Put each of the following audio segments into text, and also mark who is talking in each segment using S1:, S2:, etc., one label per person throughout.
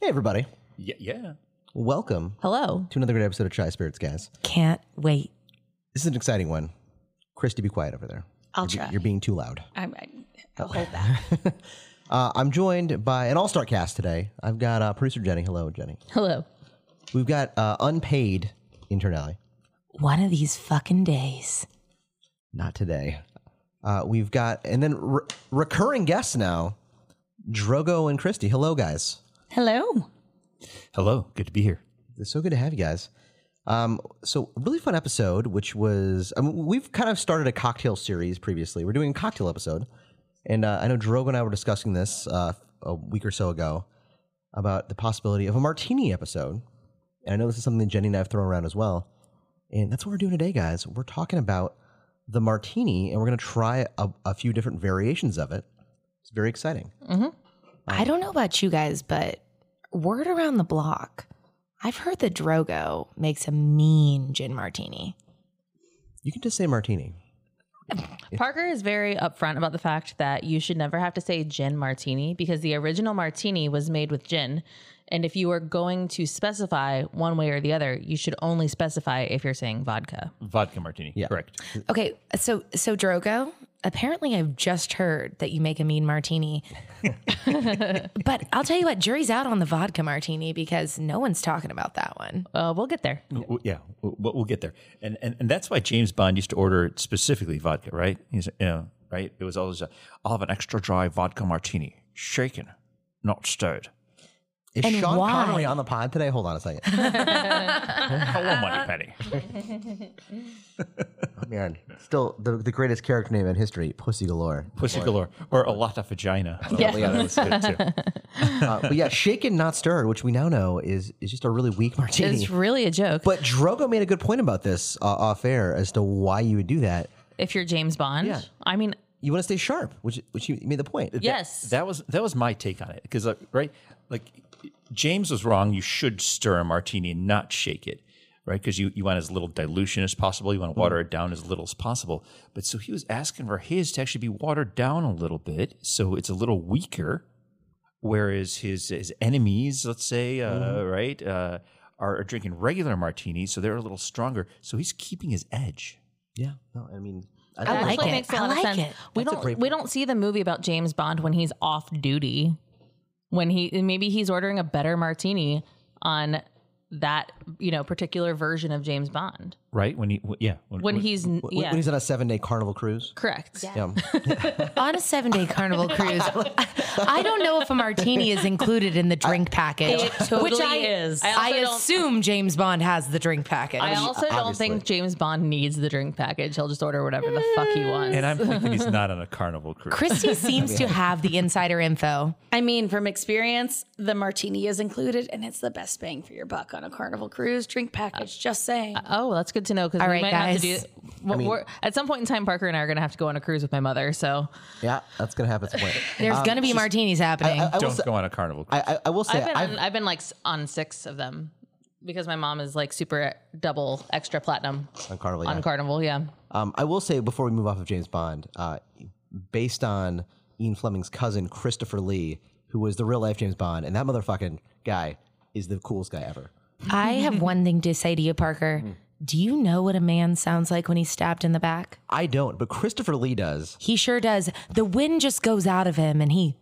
S1: Hey, everybody.
S2: Yeah, yeah.
S1: Welcome
S3: Hello.
S1: to another great episode of Try Spirits, guys.
S3: Can't wait.
S1: This is an exciting one. Christy, be quiet over there.
S3: I'll
S1: you're, be-
S3: try.
S1: You're being too loud. Oh.
S3: I'm, I, I'll hold that.
S1: Uh, I'm joined by an all star cast today. I've got uh, producer Jenny. Hello, Jenny.
S3: Hello.
S1: We've got uh, unpaid intern Ally.
S3: One of these fucking days.
S1: Not today. Uh, we've got, and then re- recurring guests now, Drogo and Christy. Hello, guys.
S3: Hello.
S2: Hello, good to be here.
S1: It's so good to have you guys. Um, so a really fun episode, which was I mean, we've kind of started a cocktail series previously. We're doing a cocktail episode, and uh, I know Drogo and I were discussing this uh, a week or so ago about the possibility of a martini episode. And I know this is something that Jenny and I have thrown around as well. And that's what we're doing today, guys. We're talking about the martini, and we're going to try a, a few different variations of it. It's very exciting.
S4: I don't know about you guys, but word around the block, I've heard that Drogo makes a mean gin martini.
S1: You can just say martini.
S5: Parker is very upfront about the fact that you should never have to say gin martini because the original martini was made with gin. And if you are going to specify one way or the other, you should only specify if you're saying vodka.
S2: Vodka martini.
S1: Yeah.
S2: Correct.
S4: Okay, so so Drogo, apparently I've just heard that you make a mean martini. but I'll tell you what, jury's out on the vodka martini because no one's talking about that one.
S5: Uh, we'll get there.
S2: W- w- Yeah, w- w- we'll get there. And, and and that's why James Bond used to order specifically vodka, right? He's, you know, right? It was always, uh, I'll have an extra dry vodka martini, shaken, not stirred.
S1: Is
S4: And
S1: Sean
S4: why?
S1: Connery on the pod today? Hold on a second.
S2: Hello, Money Penny.
S1: Man, still the, the greatest character name in history, Pussy Galore.
S2: Pussy galore. Or a lot of vagina.
S1: Probably other ones good, too. Uh, but yeah, shaken not stirred, which we now know is is just a really weak martini.
S5: It's really a joke.
S1: but Drogo made a good point about this uh, off air as to why you would do that.
S5: if you're James Bond, I mean,
S1: You want to stay sharp, which which you made the point.
S5: yes.
S2: That was that was my take on it because like, right, like James was wrong. You should stir a martini and not shake it, right? Because you you want as little dilution as possible. You want to
S5: Mm-hmm.
S2: water it down as little as possible. But so he was asking for his to actually be watered down a little bit, so it's a little weaker. Whereas his his enemies, let's say, uh,
S5: Mm-hmm.
S2: right, uh, are, are drinking regular martinis, so they're a little stronger. So he's keeping his edge.
S1: yeah. No, I mean, I,
S5: That
S1: think
S4: like
S5: actually
S4: it.
S5: makes a
S4: I
S5: lot of
S4: like
S5: sense.
S4: it.
S5: We
S1: That's a great
S5: don't we don't see the movie about James Bond when he's off duty. When he maybe he's ordering a better martini on that you know particular version of James Bond
S2: Right when he, yeah,
S5: when he's n-
S1: when,
S5: yeah
S1: when he's on a seven day carnival cruise.
S5: correct
S1: Yeah.
S4: On a seven day carnival cruise, I don't know if a martini is included in the drink package.
S5: totally
S4: I,
S5: is. I
S4: I,
S5: also don't-
S4: assume James Bond has the drink package.
S5: I also don't think James Bond needs the drink package. He'll just order whatever the fuck he wants.
S2: and I'm thinking he's not on a carnival cruise.
S4: Christy seems to have the insider info.
S6: I mean, from experience, the martini is included, and it's the best bang for your buck on a Carnival cruise drink package. Just saying.
S5: oh, that's good to know because we
S4: All right,
S5: might have to
S4: guys.
S5: do. Well, we're, at some point in time, Parker and I are going to have to go on a cruise with my mother. So
S1: yeah, that's gonna happen at some point.
S4: There's going to be martinis happening.
S1: Um, I, will
S2: Don't
S1: say,
S2: go on a carnival cruise.
S1: I, I- I will say
S5: I've been
S1: I've-
S5: on, I've been like s- on six of them because my mom is like super double extra platinum
S1: on carnival. yeah.
S5: on Carnival. Yeah,
S1: Um, I will say before we move off of James Bond, uh, based on Ian Fleming's cousin Christopher Lee, who was the real life James Bond, and that motherfucking guy is the coolest guy ever.
S4: I have one thing to say to you, Parker.
S1: Hmm.
S4: Do you know what a man sounds like when he's stabbed in the back?
S1: I don't, but Christopher Lee does.
S4: He sure does. The wind just goes out of him and he.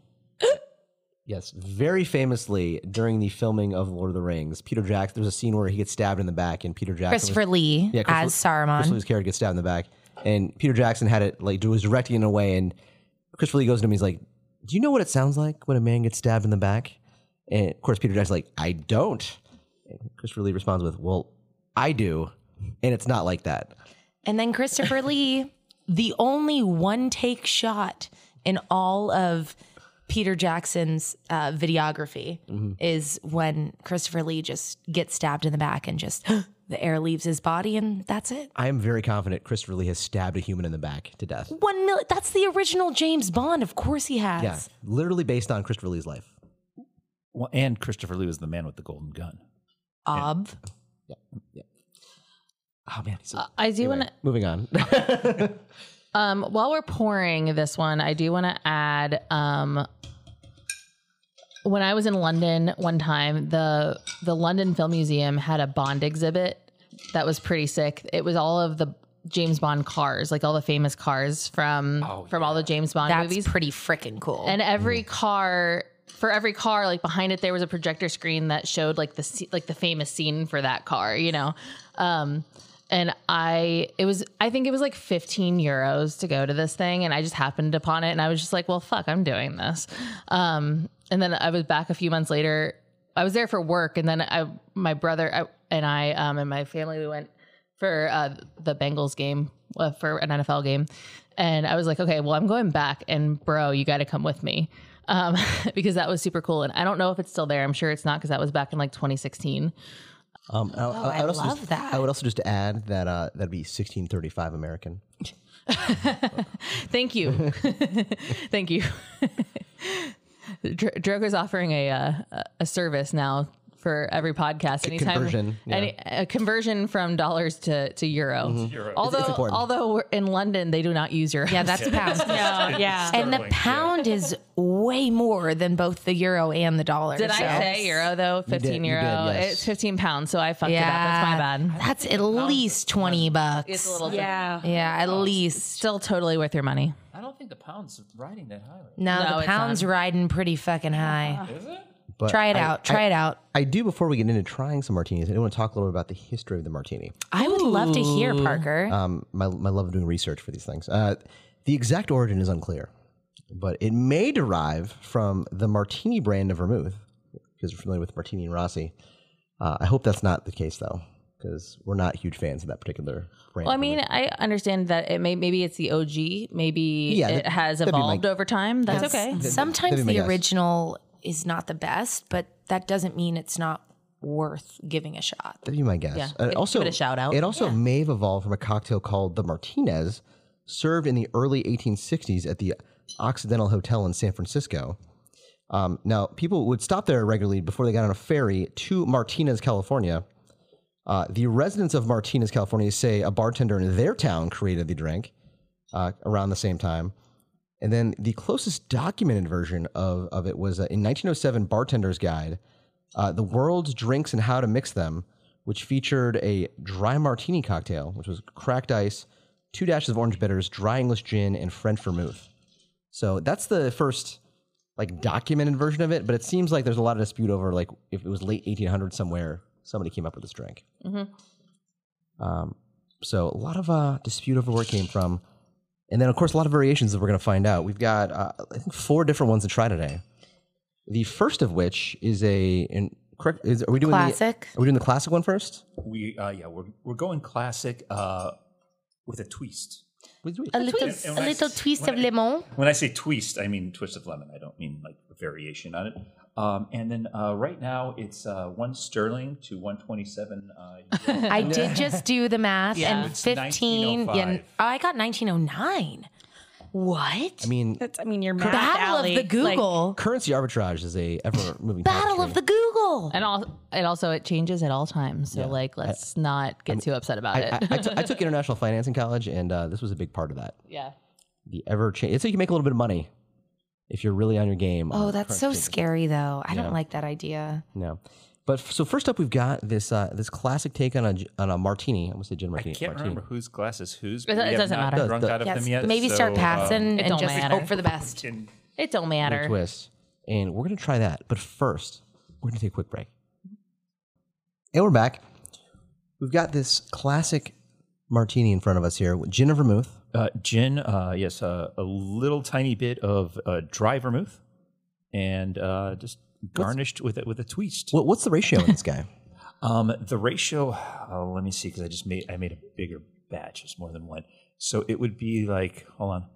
S1: Yes, very famously during the filming of Lord of the Rings, Peter Jackson. There's a scene where he gets stabbed in the back, and Peter Jackson. was-
S4: Christopher Lee
S1: Yeah, Christopher-
S4: as Saruman.
S1: Christopher Lee's character gets stabbed in the back, and Peter Jackson had it like was directing it in a way, and Christopher Lee goes to him, he's like, "Do you know what it sounds like when a man gets stabbed in the back?" And of course, Peter Jackson's like, "I don't." And Christopher Lee responds with, "Well, I do," and it's not like that.
S4: And then Christopher Lee, the only one take shot in all of Peter Jackson's uh, videography is when Christopher Lee just gets stabbed in the back and just the air leaves his body and that's it.
S1: I am very confident Christopher Lee has stabbed a human in the back to death.
S4: One mil- that's the original James Bond. Of course he has.
S1: Yeah, literally based on Christopher Lee's life.
S2: Well, and Christopher Lee was the man with the golden gun.
S4: Ob.
S1: Oh man, he's so,
S4: Uh,
S5: I do want to.
S1: moving on.
S4: oh,
S5: Um, while we're pouring this one, I do want to add um, when I was in London one time, the the London Film Museum had a Bond exhibit that was pretty sick. It was all of the James Bond cars, like all the famous cars from from all the James Bond
S4: That's
S5: movies.
S4: pretty freaking cool.
S5: and every car for every car like behind it there was a projector screen that showed like the sce- like the famous scene for that car you know um and i it was i think it was like 15 euros to go to this thing and i just happened upon it and i was just like well fuck i'm doing this um and then i was back a few months later i was there for work and then i my brother I, and i um and my family we went for uh, the Bengals game uh, for an NFL game, and I was like, okay, well, I'm going back, and bro, you got to come with me um, because that was super cool. And I don't know if it's still there. I'm sure it's not because that was back in like 2016.
S1: Um, I, I,
S4: I
S1: would also
S4: love
S1: just,
S4: that.
S1: I would also just add that uh, that'd be 1635 American.
S5: Thank you, thank you. Dr- Droger's offering a uh, a service now for every podcast. Anytime
S1: conversion, yeah. Mm-hmm.
S5: any, a conversion from dollars to to euro. Although
S1: important.
S5: although we're in London they do not use euros.
S4: yeah, that's pounds.
S5: yeah.
S4: And the
S2: Sterling, yeah.
S4: pound is way more than both the euro and the dollar.
S5: Did I say euro though? Fifteen
S1: did, you
S5: euro.
S1: did, yes.
S5: It's fifteen pounds, so I fucked
S4: Yeah.
S5: it up. That's my bad.
S4: That's at least 20 bucks.
S5: It's a little bit.
S6: Yeah.
S4: yeah, at least.
S5: Still totally worth your money.
S2: I don't think the pound's riding that high. Right?
S4: No, Uh-huh.
S5: No,
S4: the
S5: it's
S4: pound's riding pretty fucking high.
S2: Is it?
S1: But
S4: Try it
S1: I-
S4: out. Try it out.
S1: I do before we get into trying some martinis. I do want to talk a little bit about the history of the martini.
S4: I would love to hear, Parker.
S1: Um, my my love of doing research for these things. Uh, the exact origin is unclear, but it may derive from the martini brand of vermouth, because we're familiar with Martini and Rossi. Uh, I hope that's not the case though, because we're not huge fans of that particular brand.
S5: Well, I
S1: of
S5: mean, I understand that it may maybe it's the OG, maybe
S1: Yeah,
S5: it
S1: that-
S5: has
S1: that'd be my-
S5: evolved over time. That's okay.
S4: Sometimes
S1: my
S4: the
S1: guess.
S4: original is not the best, but that doesn't mean it's not worth giving a shot.
S1: That'd be my guess.
S5: Yeah,
S1: And
S5: give-
S1: also,
S5: give it a shout out.
S1: It also may have evolved from a cocktail called the Martinez, served in the early 1860s at the Occidental Hotel in San Francisco. Um, now, people would stop there regularly before they got on a ferry to Martinez, California. Uh, the residents of Martinez, California, say a bartender in their town created the drink uh, around the same time. And then the closest documented version of, of it was uh, in 1907 Bartender's Guide, uh, The World's Drinks and How to Mix Them, which featured a dry martini cocktail, which was cracked ice, two dashes of orange bitters, dry English gin, and French vermouth. So that's the first like documented version of it, but it seems like there's a lot of dispute over like if it was late 1800 somewhere somebody came up with this drink.
S4: Mm-hmm.
S1: Um, so a lot of uh, dispute over where it came from, and then of course a lot of variations that we're going to find out. We've got uh, I think four different ones to try today. The first of which is a and correct. Is, are we doing
S4: Classic.
S1: The, are we doing the classic one first?
S2: We uh, yeah, we're we're going classic uh, with a twist.
S4: A little, a little twist of lemon.
S2: When I say twist, I mean twist of lemon. I don't mean like a variation on it. Um, and then uh, right now it's uh, one sterling to one twenty-seven. Uh, euro.
S4: I did just do the math
S5: Yeah.
S4: and
S2: It's
S4: 15 and
S2: 1905.
S4: oh, I got 1909. What?
S1: I mean,
S6: That's, I mean, your math
S4: Battle
S6: alley,
S4: of the Google.
S1: currency arbitrage is a ever moving.
S4: Battle of the Google.
S5: And all and also it changes at all times. So like let's not get too upset about it.
S1: I, I, t- I took international finance in college, and uh, this was a big part of that.
S5: yeah.
S1: The ever change. It's how you can make a little bit of money if you're really on your game.
S4: Oh,
S1: on
S4: that's so scary though. I don't like that idea.
S1: No. But f- so first up, we've got this uh, this classic take on a g- on a martini. I almost said gin
S2: I
S1: martini.
S2: can't
S1: martini.
S2: remember whose glass is whose.
S5: It-
S2: but we
S5: it
S2: have
S5: doesn't
S2: not
S5: matter.
S2: Drunk
S1: Does-
S2: out of
S4: Yes,
S2: them yet.
S4: maybe
S2: so,
S4: start
S2: um,
S4: passing and
S5: don't
S4: just
S5: matter.
S4: hope for the best.
S2: and
S5: It don't matter.
S1: Twist, and we're gonna try that. But first, we're gonna take a quick break, and we're back. We've got this classic martini in front of us here: with gin and vermouth,
S2: Uh, gin, uh, yes, uh, a little tiny bit of uh, dry vermouth, and uh, just garnished with a, with a twist.
S1: What, what's the ratio in this guy?
S2: Um, the ratio, oh, let me see, because I just made I made a bigger batch. It's more than one, so it would be like hold on,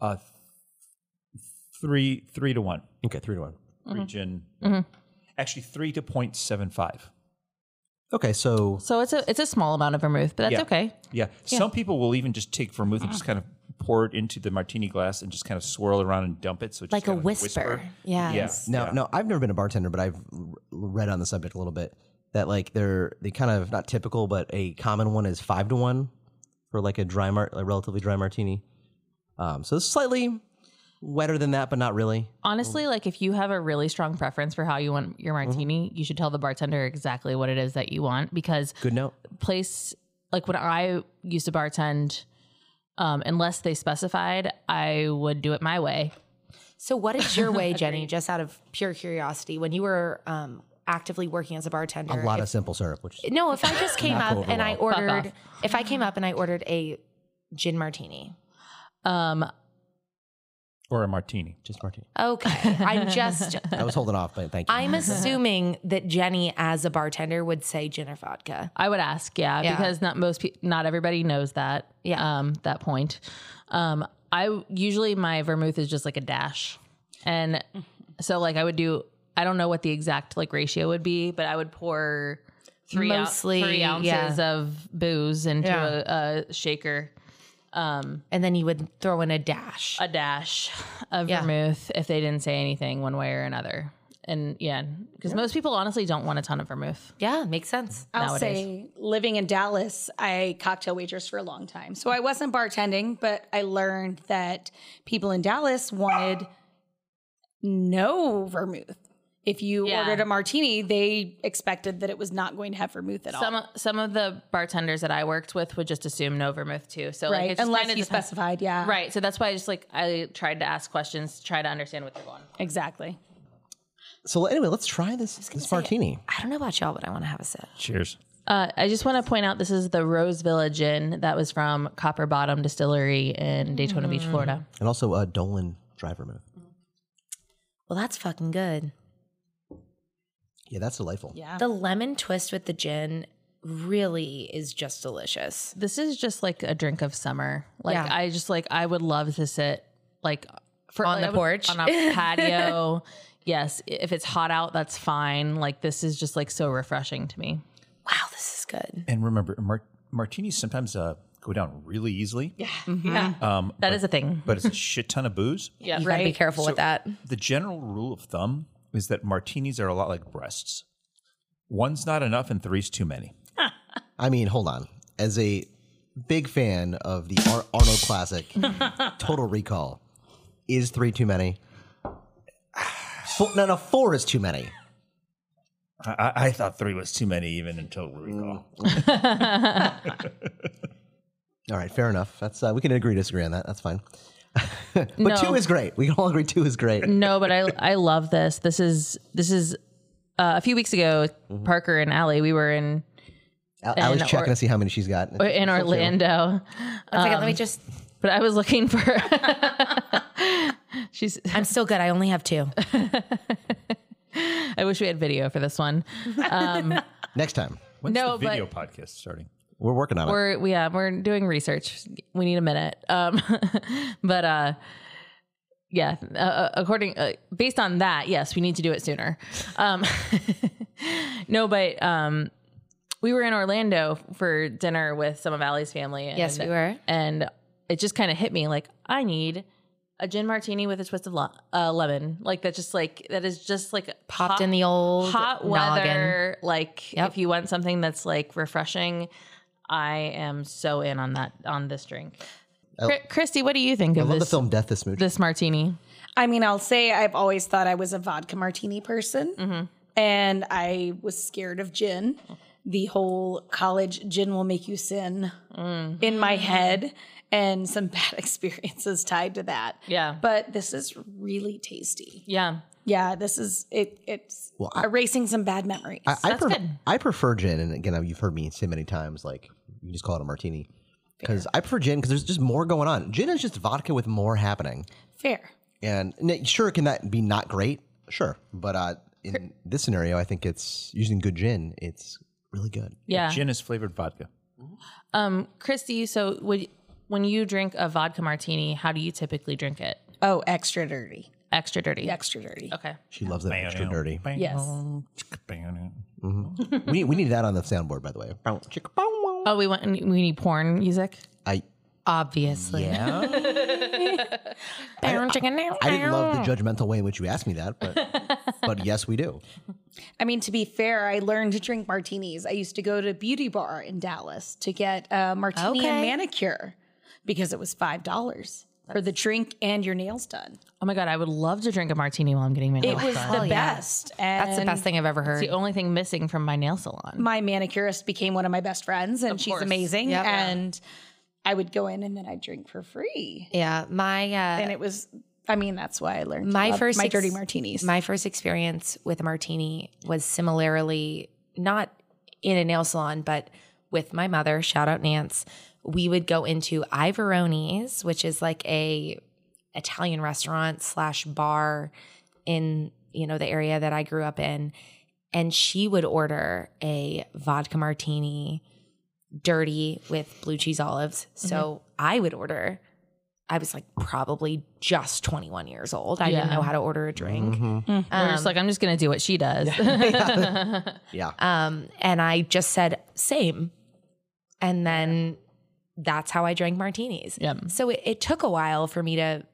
S2: uh, th- three three to one,
S1: okay, three to one.
S2: 3 gin, actually three to point seven five.
S1: Okay, so
S5: So it's a it's a small amount of vermouth, but that's
S2: Yeah.
S5: okay.
S2: Yeah. Some people will even just take vermouth and just kind of pour it into the martini glass and just kind of swirl around and dump it. So it's
S4: Like
S2: just
S4: a
S2: kind of
S4: whisper.
S2: Yeah.
S4: Yes.
S1: Now, now I've never been a bartender, but I've r- read on the subject a little bit that like they're they kind of not typical, but a common one is five to one for like a dry mar, a relatively dry martini. Um, so it's slightly wetter than that, but not really. Mm.
S5: Honestly, like if you have a really strong preference for how you want your
S1: Mm-hmm.
S5: martini, you should tell the bartender exactly what it is that you want because
S1: Good note.
S5: place like when I used to bartend, um, unless they specified, I would do it my way.
S4: So, what is your way, Jenny? Just out of pure curiosity, when you were um, actively working as a bartender,
S1: A lot of simple syrup, which is
S4: no. If I just came
S1: Not go
S4: up
S1: over
S4: and I
S5: well. Fuck
S4: ordered,
S5: off.
S4: if I came up and I ordered a gin martini,
S5: Um,
S2: or a martini.
S1: just martini.
S4: okay, I'm just.
S1: I was holding off, but thank you.
S4: I'm assuming that Jenny, as a bartender, would say gin or vodka.
S5: I would ask, yeah,
S4: Yeah.
S5: because not most, pe- not everybody knows that.
S4: Yeah.
S5: um, that point. Um, I usually my vermouth is just like a dash, and so like I would do. I don't know what the exact like ratio would be, but I would pour three ou-
S4: Mostly,
S5: three ounces
S4: yeah.
S5: of booze into a, a shaker,
S4: And then you would throw in a dash.
S5: a dash of
S4: Yeah.
S5: vermouth if they didn't say anything one way or another. And yeah, because most people honestly don't want a ton of vermouth.
S4: Yeah, makes sense.
S6: I'll
S5: nowadays.
S6: say living in Dallas, I cocktail waitress for a long time. So I wasn't bartending, but I learned that people in Dallas wanted no vermouth. If you
S5: Yeah.
S6: ordered a martini, they expected that it was not going to have vermouth at all.
S5: Some some of the bartenders that I worked with would just assume no vermouth too. So like
S6: right?
S5: it's just
S6: Unless
S5: kinda
S6: you
S5: depends-
S6: specified, yeah.
S5: Right. So that's why I just like I tried to ask questions, to try to understand what they're going. for.
S6: Exactly.
S1: So anyway, let's try this this martini.
S4: I don't know about y'all, but I want to have a sip.
S2: Cheers.
S5: Uh, I just want to point out this is the Rose Village Inn that was from Copper Bottom Distillery in Daytona Beach, Florida.
S1: And also a Dolan dry vermouth.
S4: Well, that's fucking good.
S1: Yeah, that's delightful.
S6: Yeah.
S4: The lemon twist with the gin really is just delicious.
S5: This is just like a drink of summer. Like
S4: Yeah.
S5: I just like I would love to sit like for,
S4: On
S5: like,
S4: the
S5: I would-
S4: porch?
S5: on a patio. yes, if it's hot out, that's fine. Like this is just like so refreshing to me.
S4: Wow, this is good.
S2: And remember, mar- martinis sometimes uh, go down really easily. Yeah.
S5: That is a thing.
S2: But it's a shit ton of booze.
S5: Yeah,
S4: you gotta be careful with that.
S2: The general rule of thumb is that martinis are a lot like breasts. One's not enough and three's too many.
S1: I mean, hold on. As a big fan of the Ar- Arnold classic, Total Recall, is three too many? Four, no, no, four is too many.
S2: I, I- I thought three was too many even until recall.
S1: All right, fair enough. That's uh, we can agree to disagree on that. That's fine. but
S5: No.
S1: two is great. We can all agree two is great.
S5: no, but I I love this. This is this is uh, a few weeks ago. Parker and Allie, we were in
S1: Al- Allie's
S5: or-
S1: checking to see how many she's got.
S5: in Orlando,
S4: One second, let me just.
S5: but I was looking for. She's.
S4: I'm still good. I only have two.
S5: I wish we had video for this one. Um,
S1: Next time,
S2: When's
S5: No,
S2: the
S5: but-
S2: video podcast starting?
S1: we're working on it.
S5: We're we, yeah, we're doing research. We need a minute. Um, but uh, yeah. Uh, Uh, according uh, based on that, yes, we need to do it sooner. Um, no, but um, we were in Orlando for dinner with some of Allie's family. And,
S4: Yes, we were.
S5: and it just kind of hit me like I need a gin martini with a twist of lo- uh, lemon. Like that's just like that is just like
S4: Popped
S5: hot-
S4: in the old
S5: hot
S4: noggin.
S5: weather. Like
S4: Yep.
S5: if you want something that's like refreshing, I am so in on that on this drink. Cri- Christy, what do you think
S1: Oh. I
S5: of
S1: love the
S5: this
S1: film Death This Smooch.
S5: this martini?
S6: I mean, I'll say I've always thought I was a vodka martini person, and I was scared of gin. The whole college gin will make you sin in my head, and some bad experiences tied to that.
S5: Yeah.
S6: But this is really tasty.
S5: Yeah.
S6: Yeah, this is it. It's erasing some bad memories.
S1: I, I, pref- I prefer gin, and again, you've heard me say many times, like you just call it a martini, because I prefer gin because there's just more going on. Gin is just vodka with more happening,
S6: Fair.
S1: and n- sure, can that be not great? Sure, but uh, in this scenario, I think it's using good gin. It's really good.
S5: Yeah.
S2: Gin is flavored vodka.
S5: Um, Christy, so would when you drink a vodka martini, how do you typically drink it?
S6: Oh, extra dirty.
S5: Extra dirty.
S6: Extra dirty.
S5: Okay.
S1: She loves that extra dirty.
S6: Yes.
S1: We we need that on the soundboard, by the way.
S5: Oh, we want we need porn music.
S1: I
S4: Obviously.
S1: yeah. I didn't love the judgmental way in which you asked me that, but but yes, we do.
S6: I mean, to be fair, I learned to drink martinis. I used to go to a beauty bar in Dallas to get a martini and
S4: Okay.
S6: manicure because it was five dollars. for the drink and your nails done.
S5: Oh my god, I would love to drink a martini while I'm getting my
S6: It
S5: nails
S6: was
S5: done.
S6: the best. And
S4: That's the best thing I've ever heard.
S5: the only thing missing from my nail salon.
S6: My manicurist became one of my best friends, and she's
S5: course.
S6: amazing.
S4: Yep.
S6: And I would go in and then I'd drink for free.
S4: yeah, my uh,
S6: And it was, I mean, that's why I learned to
S4: My
S6: love
S4: first
S6: my
S4: ex-
S6: dirty martinis.
S4: my first experience with a martini was similarly not in a nail salon, but with my mother. Shout out Nance. We would go into Ivoroni's, which is like a Italian restaurant slash bar in you know the area that I grew up in, and she would order a vodka martini, dirty with blue cheese olives. So I would order. I was like probably just 21 years old. I didn't
S5: Yeah.
S4: know how to order a drink.
S1: Mm-hmm.
S5: We're just like, I'm just gonna do what she does.
S1: Yeah.
S4: Um, and I just said, same. And then that's how I drank martinis.
S5: Yep.
S4: So it, it took a while for me to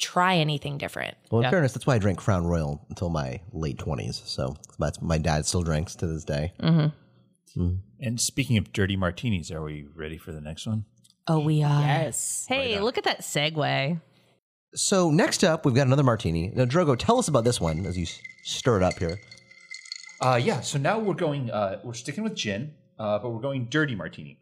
S4: try anything different.
S1: Well, in fairness, that's why I drank Crown Royal until my late twenties. So that's my dad still drinks to this day.
S2: And speaking of dirty martinis, are we ready for the next one?
S4: Oh, we are.
S6: yes.
S5: hey, look at that segue.
S1: So next up, we've got another martini. Now, Drogo, tell us about this one as you s- stir it up here.
S2: Uh, yeah. So now we're going. Uh, we're sticking with gin, uh, but we're going dirty martini.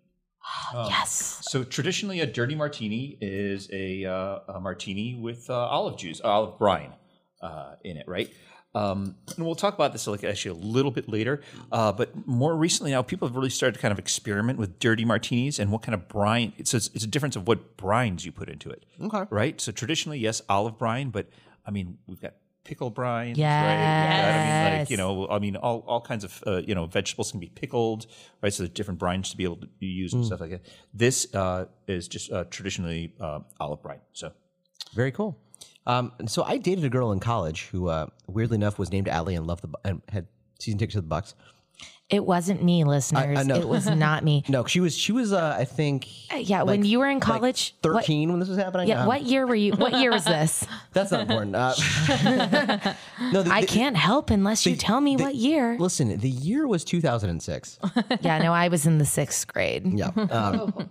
S2: Oh. yes. So traditionally, a dirty martini is a, uh, a martini with uh, olive juice, olive brine uh, in it, right? Um, and we'll talk about this like actually a little bit later. Uh, but more recently now, people have really started to kind of experiment with dirty martinis and what kind of brine. So it's, it's a difference of what brines you put into it. Okay. Right. So traditionally, yes, olive brine, but I mean, we've got pickle brines, right? We've got, I mean, like you know, I mean, all all kinds of uh, you know vegetables can be pickled, right? So there's different brines to be able to be used and stuff like that. This uh, is just uh, traditionally uh, olive brine. So
S1: Very cool. Um, and so I dated a girl in college who, uh, weirdly enough, was named Allie and loved the Bu- and had season tickets to the Bucks.
S4: It wasn't me, listeners.
S1: know.
S4: It was not me.
S1: No, she was she was uh, I think
S4: Yeah, when you were in college, what,
S1: thirteen when this was happening.
S4: yeah,
S1: Uh,
S4: what year were you? What year was this?
S1: That's not important. Uh, no, the,
S4: I
S1: the-
S4: can't help unless you tell me what year.
S1: listen. The year was two thousand and six.
S4: yeah, no, I was in the sixth grade.
S1: Yeah. Um,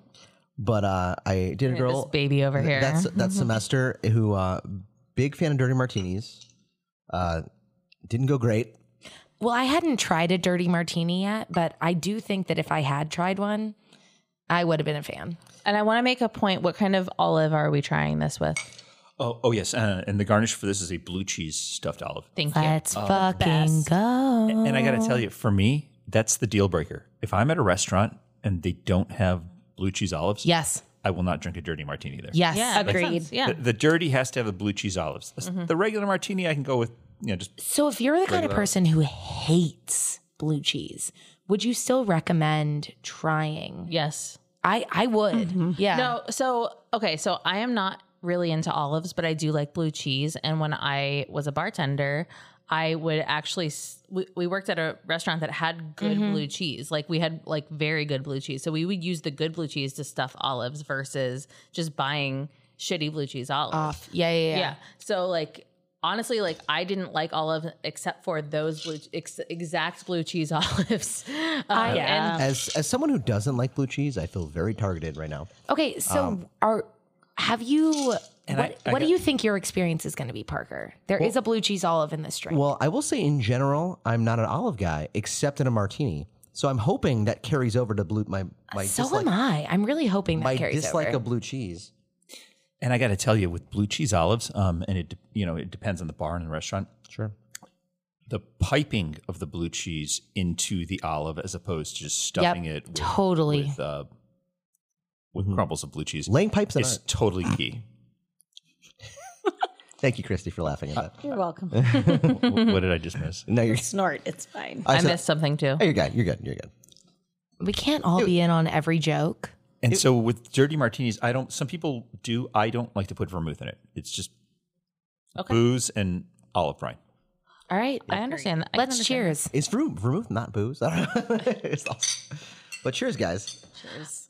S1: but uh, I did a girl
S5: Baby over here.
S1: that's
S4: Mm-hmm.
S1: that semester who uh, big fan of dirty martinis. Uh, didn't go great.
S4: Well, I hadn't tried a dirty martini yet, but I do think that if I had tried one, I would have been a fan.
S5: and I want to make a point. What kind of olive are we trying this with?
S2: oh oh yes, uh, and the garnish for this is a blue cheese stuffed olive.
S5: Thank you.
S4: Let's fucking go.
S2: And I got to tell you, for me, that's the deal breaker. If I'm at a restaurant and they don't have blue cheese olives,
S4: Yes.
S2: I will not drink a dirty martini there.
S4: Yes.
S5: Yeah, that makes
S6: Agreed.
S5: sense. Yeah.
S2: The, the dirty has to have the blue cheese olives. The regular martini, I can go with, you know, just
S4: So if you're the kind of person who hates blue cheese, would you still recommend trying?
S5: Yes.
S4: I, I would. Yeah.
S5: No, so okay, so I am not really into olives, but I do like blue cheese. And when I was a bartender, I would actually s- we, we worked at a restaurant that had good blue cheese. Like we had like very good blue cheese. So we would use the good blue cheese to stuff olives versus just buying shitty blue cheese olives.
S4: Off. Yeah, yeah, yeah.
S5: Yeah. So like honestly, like I didn't like olive except for those blue ex- exact blue cheese olives. Um, and
S1: As as someone who doesn't like blue cheese, I feel very targeted right now.
S4: Okay, so are have you
S2: And
S4: what,
S2: I- I
S4: what do
S2: got-
S4: you think your experience is going to be, Parker? There is a blue cheese olive in this drink.
S1: Well, I will say in general, I'm not an olive guy, except in a martini. So I'm hoping that carries over to blue my my
S4: so
S1: dislike,
S4: am I. I'm really hoping that
S1: my
S4: carries
S1: dislike
S4: over.
S1: of blue cheese.
S2: And I got to tell you, with blue cheese olives, um, and it de- you know it depends on the bar and the restaurant.
S1: Sure.
S2: The piping of the blue cheese into the olive, as opposed to just stuffing it with,
S4: totally.
S2: with, uh, with crumbles of blue cheese,
S1: Laying pipes in
S2: is
S1: art.
S2: totally key.
S1: Thank you, Christy, for laughing
S4: Oh.
S1: at that.
S6: You're welcome.
S2: Wh- what did I just miss?
S1: No, you're.
S6: Snort. It's fine.
S1: I
S5: I
S1: said-
S5: missed something too.
S1: oh, you're good. You're good. You're good.
S4: we can't all be in on every joke.
S2: And so with dirty martinis, I don't. Some people do. I don't like to put vermouth in it. It's just booze and olive brine.
S4: All right.
S5: I understand. I can
S4: Let's
S5: understand.
S4: cheers.
S1: Is vermouth, vermouth not booze? I don't know. It's all- but cheers, guys.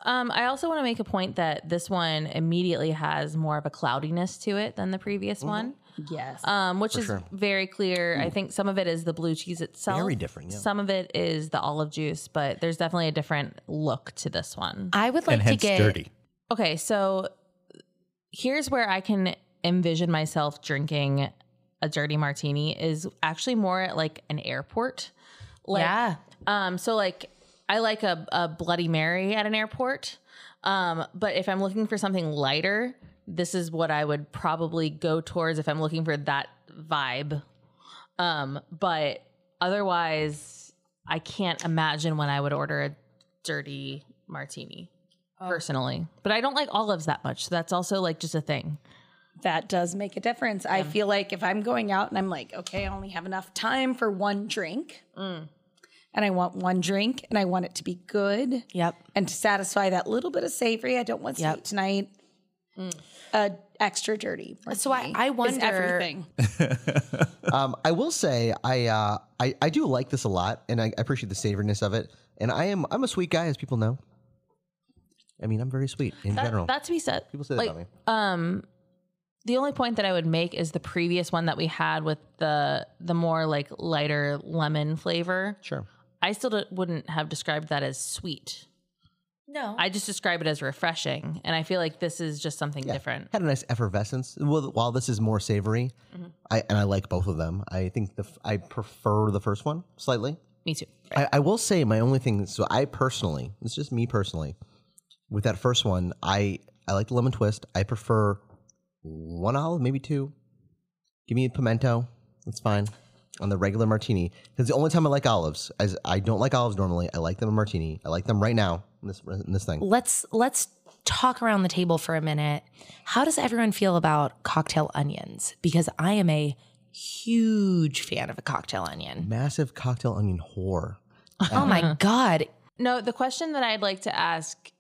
S5: Um, I also want to make a point that this one immediately has more of a cloudiness to it than the previous one,
S6: Yes.
S5: um, which is very clear. I think some of it is the blue cheese itself.
S1: Very different, yeah.
S5: Some of it is the olive juice, but there's definitely a different look to this one.
S4: I would like
S2: and
S4: to
S2: hence
S4: get
S2: dirty.
S5: Okay, so here's where I can envision myself drinking a dirty martini is actually more at like an airport. Like,
S4: Yeah.
S5: Um. So like, I like a a Bloody Mary at an airport. Um. But if I'm looking for something lighter, this is what I would probably go towards if I'm looking for that vibe. Um. But otherwise, I can't imagine when I would order a dirty martini personally. But I don't like olives that much. So that's also like just a thing.
S6: that does make a difference. I feel like if I'm going out and I'm like, okay, I only have enough time for one drink,
S4: Mm.
S6: and I want one drink, and I want it to be good,
S4: Yep.
S6: and to satisfy that little bit of savory, I don't want sweet tonight. Uh, extra dirty.
S4: Mm. So I,
S6: martini
S4: I
S6: is
S4: wonder.
S6: everything.
S1: Um, I will say I, uh, I I do like this a lot, and I, I appreciate the savoriness of it. And I am I'm a sweet guy, as people know. I mean, I'm very sweet in general.
S5: That to be said.
S1: people say that
S5: like,
S1: about me.
S5: The only point that I would make is the previous one that we had with the the more like lighter lemon flavor.
S1: Sure.
S5: I still don't- wouldn't have described that as sweet.
S4: No.
S5: I just describe it as refreshing, and I feel like this is just something different.
S1: Had a nice effervescence. Well, while this is more savory,
S5: Mm-hmm.
S1: I and I like both of them. I think the f- I prefer the first one slightly.
S5: Me too.
S1: I, I will say my only thing. So I personally, it's just me personally, with that first one, I I like the lemon twist. I prefer one olive, maybe two. Give me a pimento. That's fine on the regular martini because the only time I like olives is I don't like olives normally. I like them in martini. I like them right now in this in this thing.
S4: let's let's talk around the table for a minute. How does everyone feel about cocktail onions? Because I am a huge fan of a cocktail onion.
S1: Massive cocktail onion whore.
S4: Oh my god.
S5: No, the question that I'd like to ask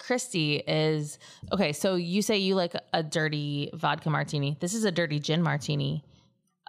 S5: Christy is okay, so you say you like a dirty vodka martini. This is a dirty gin martini.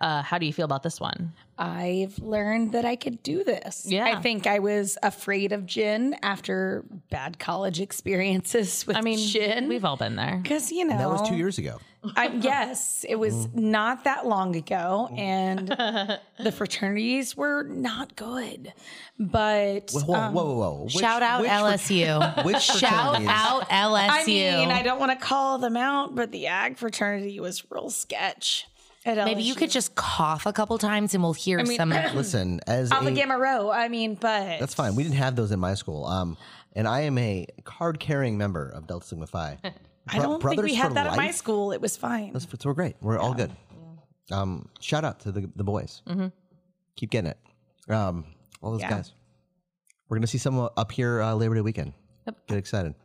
S5: Uh, how do you feel about this one?
S6: I've learned that I could do this.
S5: Yeah.
S6: I think I was afraid of gin after bad college experiences with
S5: I mean,
S6: gin.
S5: we've all been there.
S6: because you know
S1: That was two years ago.
S6: I, yes, it was not that long ago, and the fraternities were not good. But
S1: Whoa, whoa, whoa, whoa! Which-
S4: um, Shout out
S1: which fr-
S4: LSU.
S1: Which
S4: Shout
S1: fraternities?
S4: out LSU.
S6: I mean, I don't want to call them out, but the ag fraternity was real sketch. At
S4: Maybe you could just cough a couple times and we'll hear some
S1: Listen, as
S6: Alpha
S1: a-
S6: Gamma Rho. I mean, but
S1: That's fine. We didn't have those in my school. Um, and I am a card-carrying member of Delta Sigma Phi.
S6: I don't think we had that at my school. It was fine.
S1: That's, that's- we're great. We're all good. Um, shout out to the the boys.
S6: Mm-hmm.
S1: Keep getting it. Um, all those guys. We're gonna see some uh, up here uh, Labor Day weekend. Get excited.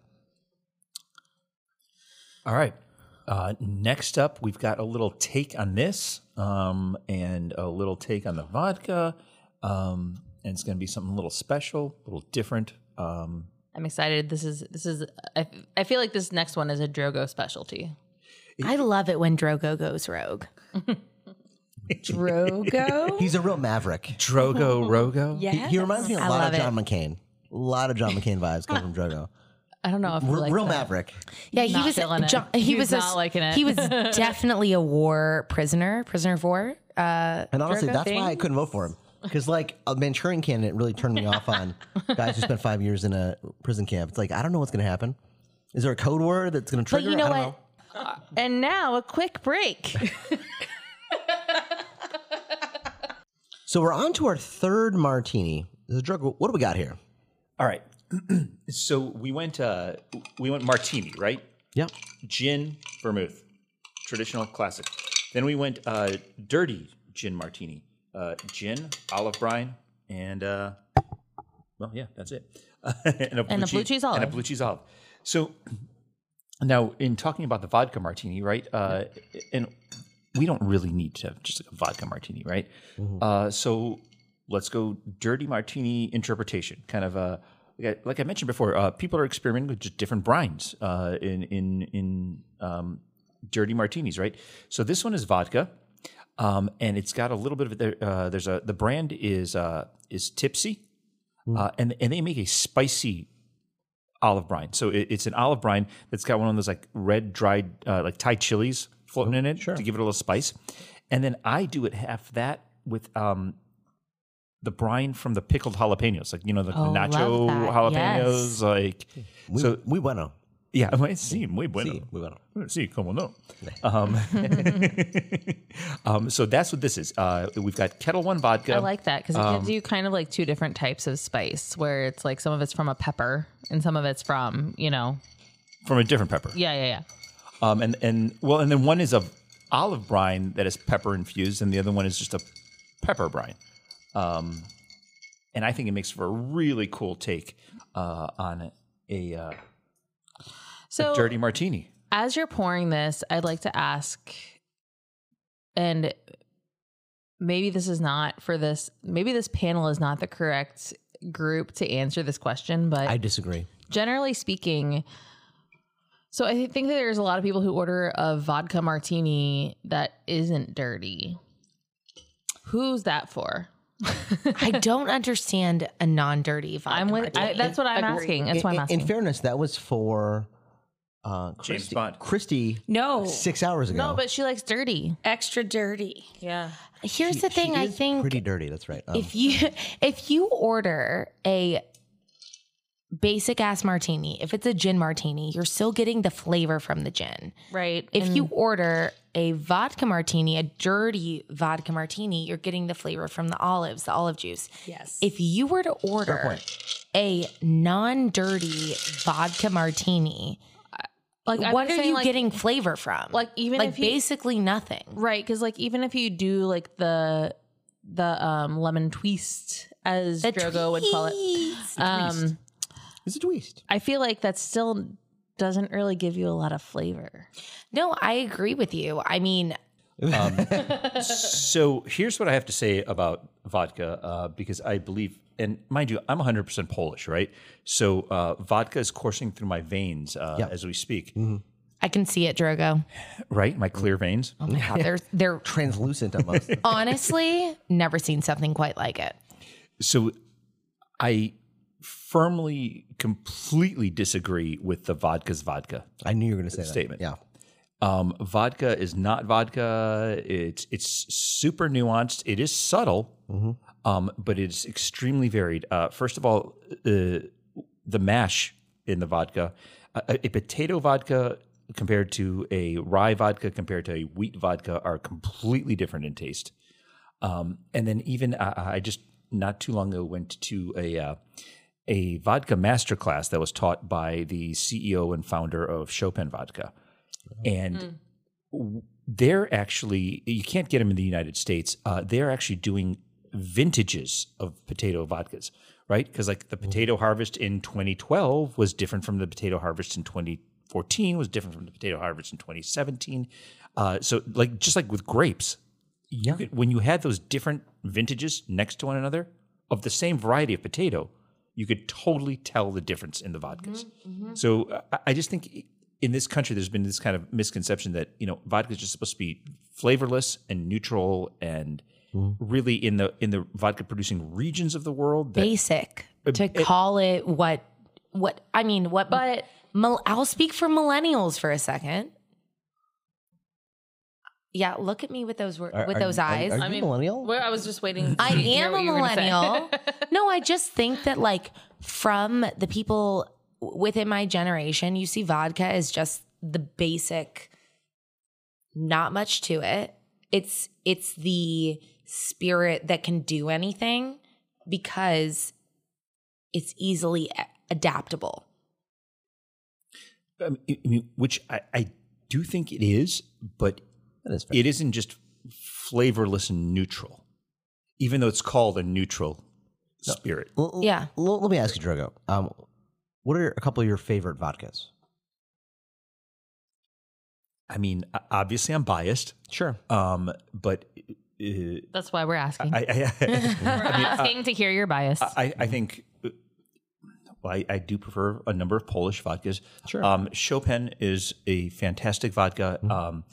S2: All right. Uh, next up, we've got a little take on this um, and a little take on the vodka. Um, and it's going to be something a little special, a little different. Um,
S5: I'm excited. This is this is I, I feel like this next one is a Drogo specialty.
S4: I love it when Drogo goes rogue.
S6: Drogo.
S1: He's a real maverick. He-
S2: Drogo Rogo? Yeah.
S1: He, reminds me a lot of John McCain. A lot of John McCain vibes coming from Drogo.
S5: I don't know if I
S1: Real-
S5: like
S1: real
S5: that.
S1: maverick.
S4: Yeah, he
S5: Not
S4: was
S5: feeling it.
S4: John, he,
S5: He
S4: was
S5: was
S4: a-
S5: not liking it.
S4: He was definitely a war prisoner, prisoner of war. Uh,
S1: And honestly, that's why I couldn't vote for him. Because like a Manchurian candidate really turned me off on guys who spent five years in a prison camp. It's like I don't know what's gonna happen. Is there a code word that's gonna
S4: but
S1: trigger?
S4: you know
S1: I don't
S4: what?
S5: Uh, And now a quick break.
S1: So we're on to our third martini. This is drug. What do we got here?
S2: All right. so we went uh, we went martini, right?
S1: Yep.
S2: Gin, vermouth, traditional classic. Then we went uh, dirty gin martini, uh, gin, olive brine, and uh, well, yeah, that's it. and, a
S5: And a blue cheese olive.
S2: And a blue cheese olive. So now, in talking about the vodka martini, right? Uh, and we don't really need to have just like a vodka martini, right? Uh, so let's go dirty martini interpretation, kind of a. Like I, like I mentioned before, uh, people are experimenting with just different brines uh, in in in um, dirty martinis, right? So this one is vodka, um, and it's got a little bit of there. Uh, there's a the brand is uh, is Tipsy, uh, and and they make a spicy olive brine. So it, it's an olive brine that's got one of those like red dried uh, like Thai chilies floating in it to give it a little spice. And then I do it half that with um the brine from the pickled jalapenos, like you know the, the
S5: love
S2: nacho
S5: that.
S2: jalapenos, like
S1: We,
S2: so
S1: we went on.
S2: Yeah, well, sí, muy bueno.
S1: Sí, muy bueno.
S2: Sí, como no. Um, um, so that's what this is. Uh, we've got Kettle One vodka.
S5: I like that because it gives you kind of like two different types of spice, where it's like some of it's from a pepper and some of it's from you know,
S2: from a different pepper.
S5: yeah, yeah, yeah.
S2: Um, and and well, and then one is a olive brine that is pepper infused, and the other one is just a pepper brine. Um, and I think it makes for a really cool take uh, on a, uh,
S5: So
S2: dirty martini.
S5: as you're pouring this, I'd like to ask, and maybe this is not for this, maybe this panel is not the correct group to answer this question, but
S1: I disagree.
S5: generally speaking, so I think that there's a lot of people who order a vodka martini that isn't dirty. Who's that for?
S4: I don't understand a non-dirty vodka.
S5: I'm with. I,
S4: martini.
S5: that's what I'm asking. That's why I'm
S1: In- in,
S5: asking.
S1: fairness, that was for uh,
S2: James
S1: Christy,
S2: Bond.
S1: Christy
S6: No,
S1: six hours ago.
S5: no, but she likes dirty.
S6: extra dirty.
S5: Yeah.
S4: Here's the thing.
S1: She
S4: I
S1: is
S4: think
S1: pretty dirty. That's right. Um,
S4: if you if you order a basic ass martini, if it's a gin martini, you're still getting the flavor from the gin.
S5: Right.
S4: If you order a vodka martini, a dirty vodka martini, you're getting the flavor from the olives, the olive juice.
S6: Yes.
S4: If you were to order a non-dirty vodka martini,
S5: like I'm
S4: what are
S5: saying,
S4: you
S5: like-
S4: getting flavor from?
S5: like, even
S4: like
S5: if you-
S4: basically nothing.
S5: Right, because like even if you do like the the um lemon twist as
S4: The
S5: Drogo would call it,
S4: tweets.
S5: um,
S1: it's a twist.
S5: I feel like that still doesn't really give you a lot of flavor.
S4: No, I agree with you. I mean,
S2: so here's what I have to say about vodka, uh, because I believe, and mind you, I'm 100% Polish, right? So uh, vodka is coursing through my veins uh, as we speak,
S4: I can see it, Drogo.
S2: right? My clear veins.
S4: Oh my God, they're they're
S1: Translucent almost.
S4: honestly never seen something quite like it.
S2: So I firmly, completely disagree with the vodka's vodka.
S1: I knew you were going to say that.
S2: Statement.
S1: Yeah.
S2: Um, vodka is not vodka. It's it's super nuanced. It is subtle, um, but it's extremely varied. Uh, first of all, uh, the mash in the vodka, a, a potato vodka compared to a rye vodka compared to a wheat vodka are completely different in taste. Um, and then even uh, I just not too long ago went to a uh, a vodka masterclass that was taught by the CEO and founder of Chopin Vodka, and w- they're actually you can't get them in the United States. Uh, they're actually doing vintages of potato vodkas, right? Because like the potato harvest in 2012 was different from the potato harvest in 2014 was different from the potato harvest in 2017. Uh, so like just like with grapes, you could, when you had those different vintages next to one another of the same variety of potato, you could totally tell the difference in the vodkas. So uh, I, I just think i- in this country, there's been this kind of misconception that you know vodka is just supposed to be flavorless and neutral and really in the in the vodka producing regions of the world. That,
S4: Basic to call it what what I mean what but mil- I'll speak for millennials for a second. Yeah, look at me with those wor-
S1: Are-
S4: with
S1: are-
S4: those
S1: are-
S4: eyes.
S1: Are, you millennial?
S5: I was just waiting.
S4: I am a millennial. no, I just think that like from the people w- within my generation, you see vodka as just the basic, not much to it. It's it's the spirit that can do anything because it's easily a- adaptable.
S2: I mean, I mean, which I, I do think it is, but
S1: That is fair.
S2: it isn't just flavorless and neutral, even though it's called a neutral spirit.
S1: L- l-
S4: Yeah.
S1: l- let me ask you, Drogo. Um, what are a couple of your favorite vodkas?
S2: I mean, o- obviously, I'm biased,
S1: Sure.
S2: um, but uh, I,
S5: That's why we're asking.
S2: I,
S5: we're
S2: I, uh,
S5: asking to hear your bias.
S2: I, I think. uh, Well, I, I do prefer a number of Polish vodkas. Sure. Um, Chopin is a fantastic vodka, um,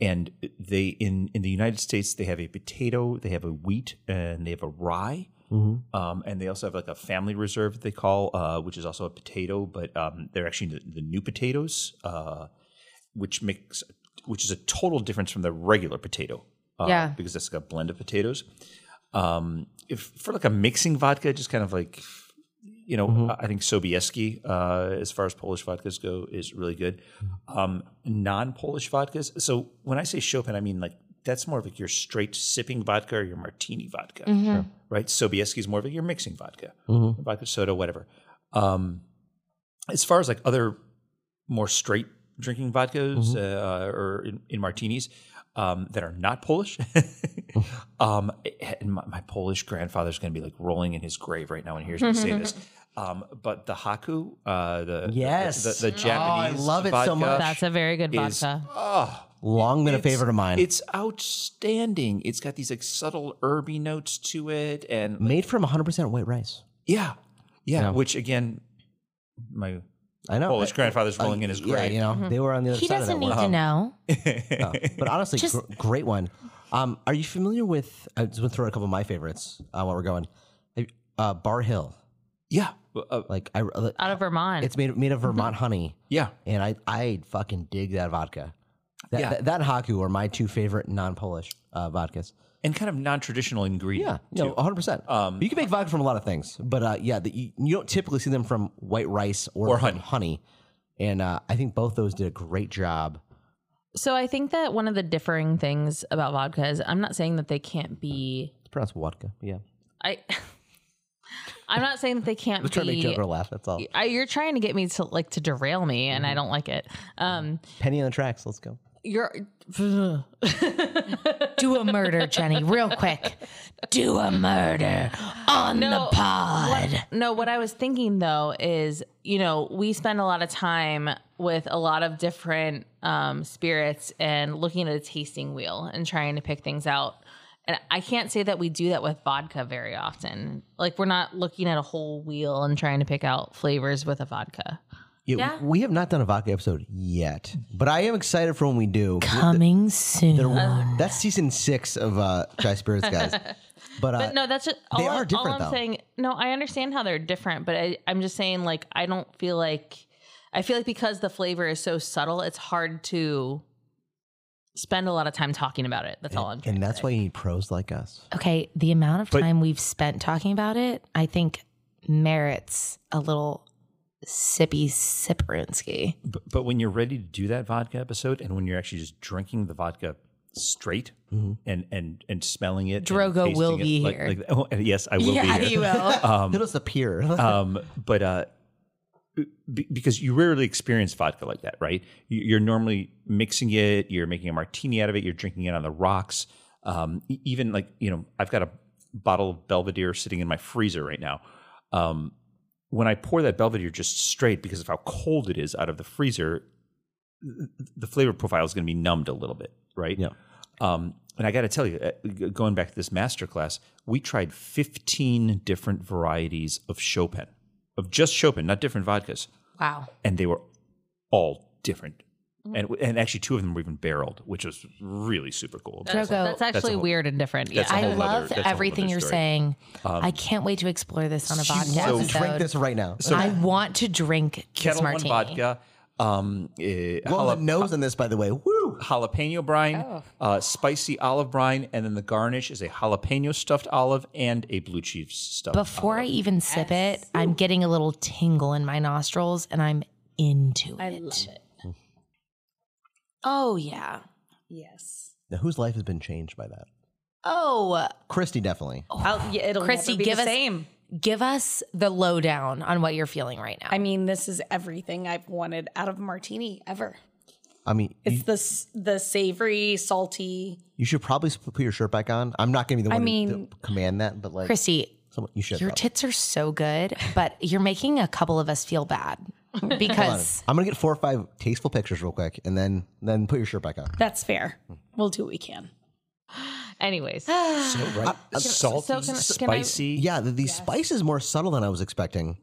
S2: and they in in the United States they have a potato, they have a wheat, and they have a rye. Um, and they also have like a family reserve that they call, uh, which is also a potato, but um, they're actually the, the new potatoes, uh, which makes which is a total difference from the regular potato. Uh,
S4: Yeah.
S2: because that's like a blend of potatoes. Um, if for like a mixing vodka, just kind of like you know, I think Sobieski, uh, as far as Polish vodkas go, is really good. Um, non-Polish vodkas. So when I say Chopin, I mean like that's more of like your straight sipping vodka or your martini vodka,
S4: Mm-hmm.
S2: right? Sobieski's more of like your mixing vodka,
S1: Mm-hmm.
S2: vodka soda, whatever. Um, as far as like other more straight drinking
S1: Mm-hmm.
S2: vodkas uh, or in, in martinis um, that are not Polish. um, and my, my Polish grandfather's going to be like rolling in his grave right now and hears me say this. Um, but the haku, uh, the the-
S1: Yes.
S2: the, the
S1: Oh, I
S2: Japanese,
S1: love it so
S2: vodka
S1: much.
S5: That's a very good
S2: is-
S5: vodka.
S2: oh,
S1: Long been a
S2: it's-
S1: favorite of mine.
S2: It's outstanding. It's got these like subtle herby notes to it, and
S1: made from 100% white rice.
S2: yeah, yeah. Which again, my
S1: I know.
S2: Polish grandfather's
S1: I-
S2: rolling in his grave.
S1: Yeah, you know, they were on the other
S4: Mm-hmm. He
S1: side
S4: doesn't
S1: of that
S4: need
S1: one.
S4: to know.
S1: But honestly, gr- great one. Um, are you familiar with? I just want to throw out a couple of my favorites uh, while we're going. Uh, Bar Hill,
S2: Yeah, uh,
S1: like I,
S5: Out of Vermont.
S1: it's made
S4: Mm-hmm.
S1: made of Vermont honey,
S2: yeah.
S1: and I I fucking dig that vodka. That,
S2: Yeah.
S1: that, that and Haku are my two favorite non-Polish uh, vodkas.
S2: and kind of
S1: Yeah,
S2: non-traditional
S1: Um,
S2: ingredient. Um,
S1: no, 100. percent You can make vodka from a lot of things, but uh, yeah, the, you, you don't typically see them from white rice or,
S2: Or
S1: from
S2: honey.
S1: And uh, I think both those did a great job.
S5: so I think that one of the differing things about vodka is I'm not saying that they can't be.
S1: It's pronounced vodka. Yeah,
S5: I. I'm not saying that they can't
S1: just trying to make
S5: be.
S1: Joker laugh. That's all.
S5: I, you're trying to get me to like to derail me, and
S1: Mm-hmm.
S5: I don't like it. Um,
S1: Penny on the tracks. Let's go.
S5: you're
S4: Do a murder, Jenny, real quick. Do a murder on the pod.
S5: No, what I was thinking though is, you know, we spend a lot of time with a lot of different um, spirits and looking at a tasting wheel and trying to pick things out. And I can't say that we do that with vodka very often. Like we're not looking at a whole wheel and trying to pick out flavors with a vodka.
S1: Yeah, w- we have not done a vodka episode yet, but I am excited for when we do.
S3: Coming soon.
S1: There- That's season six of uh, Dry Spirits, guys. But, uh,
S5: But no, that's just all,
S1: They are
S5: I, all
S1: different,
S5: I'm
S1: though.
S5: saying. No, I understand how they're different, but I, I'm just saying, like, I don't feel like I feel like because the flavor is so subtle, it's hard to spend a lot of time talking about it. That's all I'm. trying
S1: and
S5: to
S1: that's
S5: say.
S1: why you need pros like us.
S4: Okay, the amount of time we've spent talking about it, I think merits a little sippy sipperinsky.
S2: But, but when you're ready to do that vodka episode, and when you're actually just drinking the vodka straight and and and smelling it, and
S4: Drogo
S2: tasting
S4: will
S2: it,
S4: be
S2: like-
S4: here.
S2: like- oh, yes, I will be here.
S4: will.
S1: Hit us up here.
S2: um, but uh, be- because you rarely experience vodka like that, right? You- You're normally mixing it, you're making a martini out of it, you're drinking it on the rocks. Um, e- even like you know, I've got a bottle of Belvedere sitting in my freezer right now. Um, when I pour that Belvedere just straight, because of how cold it is out of the freezer, th- the flavor profile is going to be numbed a little bit, right?
S1: Yeah.
S2: Um, and I got to tell you, uh, g- going back to this master class, we tried 15 different varieties of Chopin, of just Chopin, not different vodkas.
S4: Wow.
S2: And they were all different.
S5: Mm.
S2: And, and actually, two of them were even barreled, which was really super cool.
S5: That's,
S4: Drogo-
S5: that's actually
S2: whole-
S5: weird and different. Yeah,
S2: that's a
S4: I
S2: whole nother-
S4: love
S2: that's a whole
S4: everything
S2: nother
S4: you're
S2: story.
S4: saying. I can't wait to explore this on a
S1: Let's
S4: vodka
S2: Um, so-
S4: episode.
S1: drink this right now.
S4: I want to drink this
S2: Kettle One
S4: martini.
S2: vodka, um, uh,
S1: Blow
S2: jala-
S1: the nose on this, by the way. Woo!
S2: jalapeno brine,
S5: Oh.
S2: uh, spicy olive brine, and then the garnish is a jalapeno stuffed olive and a blue cheese stuffed
S4: Before I even sip it, I'm getting a little tingle in my nostrils and I'm into it.
S5: I love it.
S4: Oh, yeah.
S6: Yes.
S1: Now, whose life has been changed by that?
S4: Oh,
S1: Christy, definitely.
S5: Oh,
S6: I'll, yeah, it'll
S4: Christy,
S6: never be
S4: give
S6: the
S4: us-
S6: same.
S4: give us the lowdown on what you're feeling right now.
S6: I mean, this is everything I've wanted out of a martini ever.
S1: I mean, you,
S6: It's the s- the savory, salty.
S1: you should probably sp- put your shirt back on. I'm not going to be the one to-
S6: mean-
S1: to command that, but like,
S4: Christy,
S1: someone, you should.
S4: your
S1: probably.
S4: tits are so good, but you're making a couple of us feel bad because
S1: I'm going to get four or five tasteful pictures real quick, and then then put your shirt back on.
S6: That's fair. We'll do what we can.
S5: Anyways,
S2: So, right? Salty,
S5: so can uh, I- can I-
S2: spicy.
S1: Yeah, the, the spice is more subtle than I was expecting.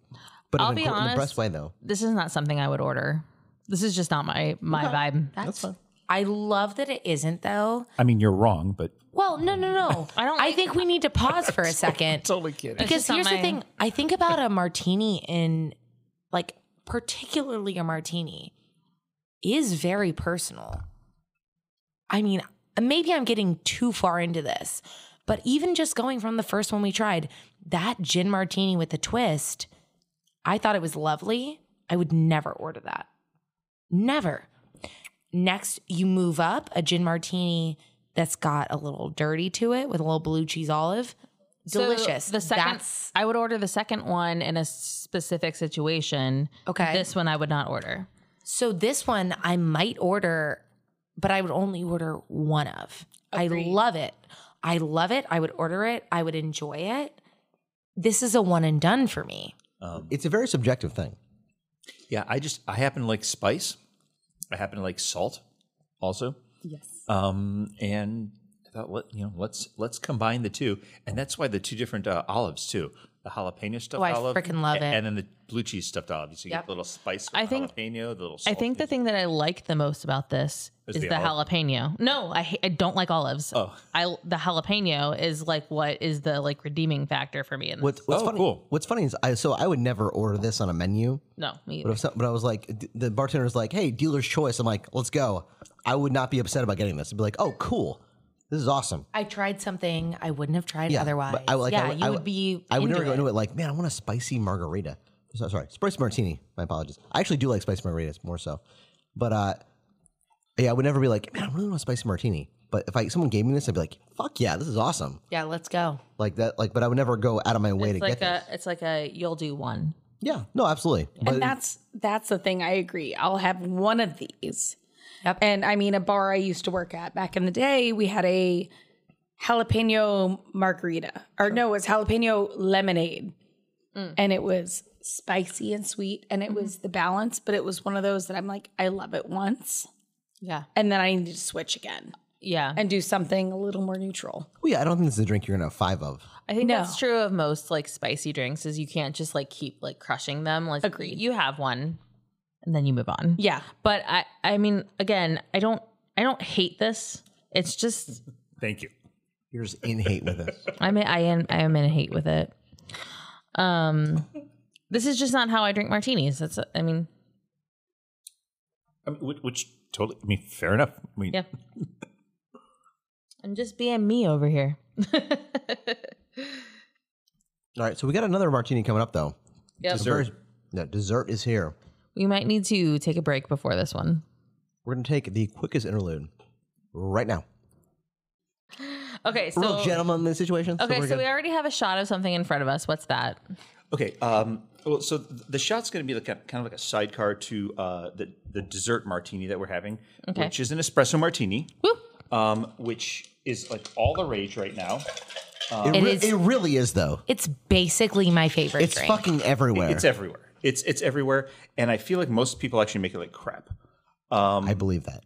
S1: But
S5: I'll
S1: in, a
S5: be
S1: gr- in the
S5: honest.
S1: best way, though.
S5: this is not something I would order. This is just not my my vibe.
S1: That's fine.
S4: I love that it isn't though.
S2: I mean, you're wrong, but
S4: Well, no, no, no.
S5: I don't
S4: I
S5: like-
S4: think we need to pause for a second.
S2: totally kidding.
S4: Because
S5: just not
S4: here's
S5: my-
S4: the thing I think about a martini in, like, particularly a martini is very personal. I mean, maybe I'm getting too far into this, but even just going from the first one we tried, that gin martini with the twist, I thought it was lovely. I would never order that. Never. Next, you move up a gin martini that's got a little dirty to it with a little blue cheese olive.
S5: So
S4: Delicious.
S5: the second,
S4: That's,
S5: I would order the second one in a specific situation.
S4: Okay.
S5: This one I would not order.
S4: so this one I might order, but I would only order one of. I love it. I love it. I would order it. I would enjoy it. This is a one and done for me.
S2: Um,
S1: It's a very subjective thing.
S2: Yeah, I just I happen to like spice. I happen to like salt, also. Yes. Um, and I thought, let you know, let's let's combine the two, and that's why the two different uh, olives too, the jalapeno stuffed
S4: Oh, I
S2: olive,
S4: frickin' love
S2: a-
S4: it.
S2: and then the blue cheese stuffed olive. So you get
S4: Yep.
S2: the little spice.
S5: I think-
S2: jalapeno, the little.
S5: I think the
S2: salty-
S5: thing that I like the most about this
S2: Is
S5: is,
S2: the
S5: the,
S2: olive?
S5: jalapeno. No, I ha- I don't like olives.
S2: Oh.
S5: I the jalapeno is like what is the like redeeming factor for me in this.
S1: What's, what's
S2: Oh,
S1: funny?
S2: cool.
S1: What's funny is I so I would never order this on a menu.
S5: no, me
S1: But
S5: either.
S1: if some, but I was like d- the bartender's like, "Hey, dealer's choice." I'm like, "Let's go." I would not be upset about getting this. I'd be like, "Oh, cool. This is awesome."
S4: I tried something I wouldn't have tried
S1: Yeah,
S4: otherwise.
S1: but I would- like, I
S4: yeah,
S1: would-
S4: you
S1: I would-
S4: would be.
S1: I would
S4: into
S1: never go
S4: it.
S1: into it like, man, I want a spicy margarita. So, sorry, spicy martini. My apologies. I actually do like spicy margaritas more so, but uh, yeah, I would never be like, man, I really want a spicy martini. But if I someone gave me this, I'd be like, fuck yeah, this is awesome.
S4: Yeah, let's go.
S1: Like that. Like, but I would never go out of my way
S5: It's
S1: to
S5: like
S1: get
S5: a
S1: this.
S5: it's like a you'll do one.
S1: Yeah, no, absolutely. But
S6: And that's that's the thing. I agree. I'll have one of these.
S4: Yep.
S6: And I mean, a bar I used to work at back in the day, we had a jalapeno margarita, or no, it was jalapeno lemonade, and it was spicy and sweet, and it was the balance. But it was one of those that I'm like, I love it once,
S5: Yeah.
S6: and then I need to switch again
S5: Yeah.
S6: and do something a little more neutral.
S1: well, yeah, I don't think this is a drink you're gonna have five of.
S5: I think
S6: No.
S5: that's true of most like spicy drinks is you can't just like keep like crushing them. Like
S6: Agreed.
S5: you have one and then you move on.
S6: Yeah.
S5: But I I mean again, I don't I don't hate this. It's just
S2: Thank you.
S1: You're just in hate with this.
S5: I'm in- I am I am in hate with it. Um this is just not how I drink martinis. That's I mean,
S2: I mean, which, which totally. I mean, fair enough. I mean,
S5: yeah. I'm just being me over here.
S1: All right, so we got another martini coming up though.
S5: Yep.
S1: Dessert. No, dessert is here.
S5: We might need to take a break before this one.
S1: We're gonna take the quickest interlude right now.
S5: Okay, so
S1: Real gentleman in this situation.
S5: Okay, so
S1: gonna-
S5: we already have a shot of something in front of us. What's that?
S2: Okay. Um, well, so th- the shot's going to be like a, kind of like a sidecar to uh, the the dessert martini that we're having, which is an espresso martini, um, which is like all the rage right now.
S1: It, re-
S4: is-
S1: it really is though.
S4: It's basically my favorite
S1: It's
S4: drink.
S1: fucking everywhere.
S2: It's everywhere. It's it's everywhere, and I feel like most people actually make it like crap.
S1: I believe that.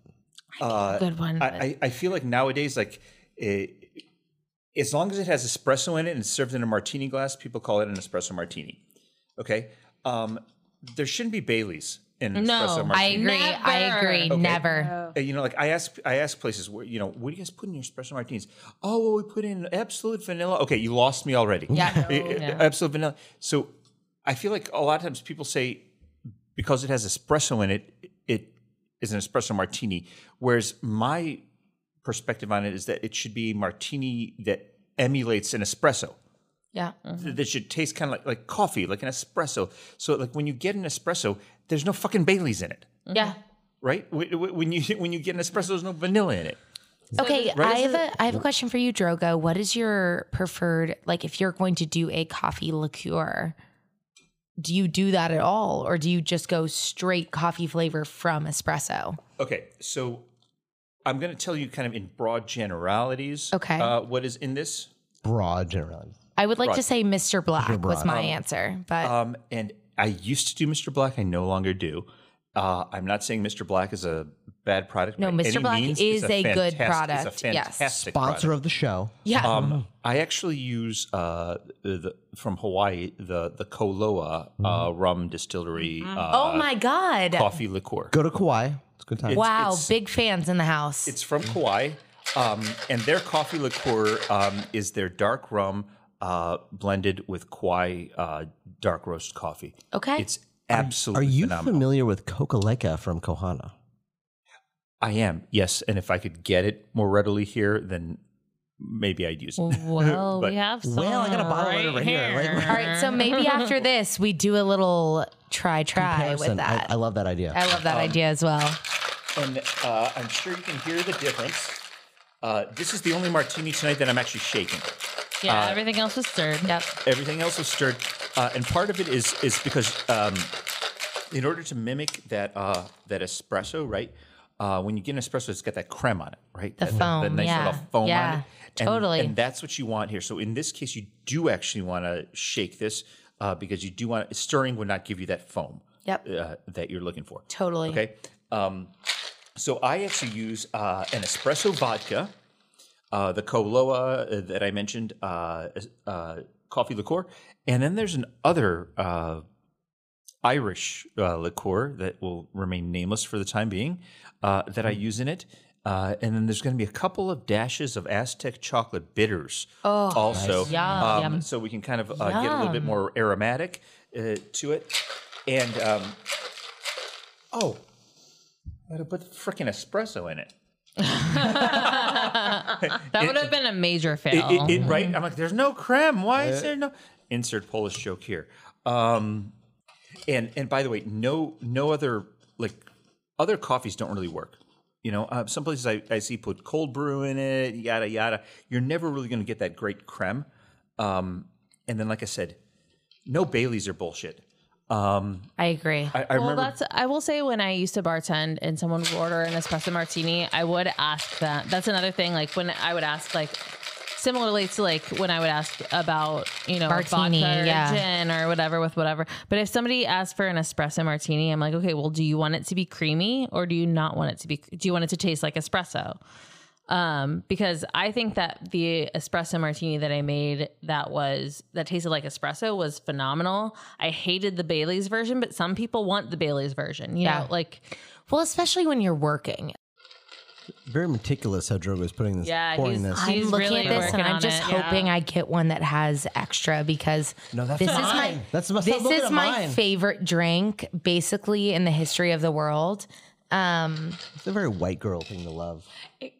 S4: good one.
S2: Uh, I, I, I feel like nowadays, like it, as long as it has espresso in it and it's served in a martini glass, people call it an espresso martini. Okay, um, there shouldn't be Baileys in an espresso
S4: I
S2: martini.
S4: agree. I agree. Never.
S2: Uh, you know, like I ask, I ask places where you know, what do you guys put in your espresso martinis? Oh, well, we put in absolute vanilla. Okay, you lost me already. Yeah, absolute vanilla. So I feel like a lot of times people say because it has espresso in it, it is an espresso martini. Whereas my perspective on it is that it should be a martini that emulates an espresso
S4: Yeah.
S2: th- that should taste kind of like, like coffee, like an espresso. So like when you get an espresso, there's no fucking Bailey's in it,
S4: Yeah.
S2: right? Wh- wh- When you when you get an espresso, there's no vanilla in it.
S4: Okay,
S2: Right?
S4: I have a I have a question for you, Drogo. What is your preferred like if you're going to do a coffee liqueur? Do you do that at all, or do you just go straight coffee flavor from espresso?
S2: Okay, so I'm going to tell you kind of in broad generalities.
S4: Okay.
S2: uh, what is in this?
S1: Broad generality.
S4: I would like to
S2: Right.
S4: say Mr. Black was
S1: Brock.
S4: my answer, but
S2: Um, and I used to do Mr. Black. I no longer do. Uh, I'm not saying Mr. Black is a bad product.
S4: No,
S2: by
S4: Mr.
S2: any
S4: Black
S2: means.
S4: is
S2: It's
S4: a
S2: fantastic- it's
S4: good
S2: a
S4: product, yes.
S2: fantastic product.
S1: Sponsor of the show.
S4: yeah,
S2: Um, I actually use uh, the, the from Hawaii the the Koloa uh, rum distillery uh,
S4: oh my god!
S2: coffee liqueur.
S1: Go to Kauai. It's a good time.
S4: wow,
S2: it's-
S4: big fans in the house.
S2: It's from Kauai, um, and their coffee liqueur um, is their dark rum uh, blended with Kauai uh, dark roast coffee.
S4: Okay.
S2: it's absolutely
S1: Are you
S2: phenomenal.
S1: familiar with Kokaleka from Kohana?
S2: I am yes, and if I could get it more readily here, then maybe I'd use it.
S5: Well,
S2: But-
S5: we have some.
S1: Well, I got a bottle of it right here. Like,
S4: All right, so maybe after this, we do a little try try with
S1: comparison. I,
S4: that.
S1: I love that idea.
S4: I
S2: Um,
S4: love that idea as well.
S2: And uh, I'm sure you can hear the difference. Uh, this is the only martini tonight that I'm actually shaking.
S5: yeah, everything else was stirred. Yep.
S2: Everything else is stirred, uh, and part of it is is because um, in order to mimic that uh, that espresso, right? Uh, when you get an espresso, it's got that creme on it, right? The that, that,
S4: foam,
S2: nice
S4: yeah.
S2: little foam on
S4: Yeah,
S2: it. And-
S4: totally.
S2: And that's what you want here. So in this case, you do actually want to shake this uh, because you do want stirring would not give you that foam
S4: Yep.
S2: uh, that you're looking for.
S4: Totally.
S2: Okay. Um, so I actually use uh, an espresso vodka, uh, the Koloa uh, that I mentioned, uh, es- uh, coffee liqueur, and then there's an other uh, Irish uh, liqueur that will remain nameless for the time being uh, that
S5: Mm-hmm.
S2: I use in it. Uh, and then there's going to be a couple of dashes of Aztec chocolate bitters also.
S5: Oh, Yum,
S2: um,
S5: yum.
S2: So we can kind of uh, get a little bit more aromatic uh, to it. And um, oh, I gotta put freaking espresso in it.
S5: That would have been a major fail.
S2: It- it- right? I'm like, there's no creme. Why is there no insert Polish joke here? Um, and and by the way, no no other like other coffees don't really work. You know, uh, some places I, I see put cold brew in it, yada yada. You're never really going to get that great creme. Um, and then, like I said, no Baileys are bullshit. Um,
S4: I agree.
S2: I, I
S5: well,
S2: remember
S5: that's. I will say when I used to bartend and someone would order an espresso martini, I would ask that. That's another thing. Like when I would ask, like similarly to like when I would ask about you know
S4: Martini,
S5: vodka or
S4: yeah.
S5: gin or whatever with whatever. But if somebody asked for an espresso martini, I'm like, okay, well, do you want it to be creamy or do you not want it to be? Do you want it to taste like espresso? um, because I think that the espresso martini that I made that was that tasted like espresso was phenomenal. I hated the Bailey's version, but some people want the Bailey's version. You
S4: Yeah.
S5: know, like
S4: Well, especially when you're working.
S1: Very meticulous how Drogo is putting this,
S5: Yeah,
S1: pouring
S5: he's-
S1: this.
S5: I-
S4: I'm looking
S5: really
S4: at this
S5: working
S4: and I'm
S5: on
S4: just
S5: it, yeah.
S4: hoping I get one that has extra because
S1: No, that's
S4: this is
S1: mine.
S4: my
S1: That's my- stop
S4: this
S1: looking
S4: is
S1: at
S4: my
S1: mine.
S4: favorite drink basically in the history of the world. Um,
S1: It's a very white girl thing to love.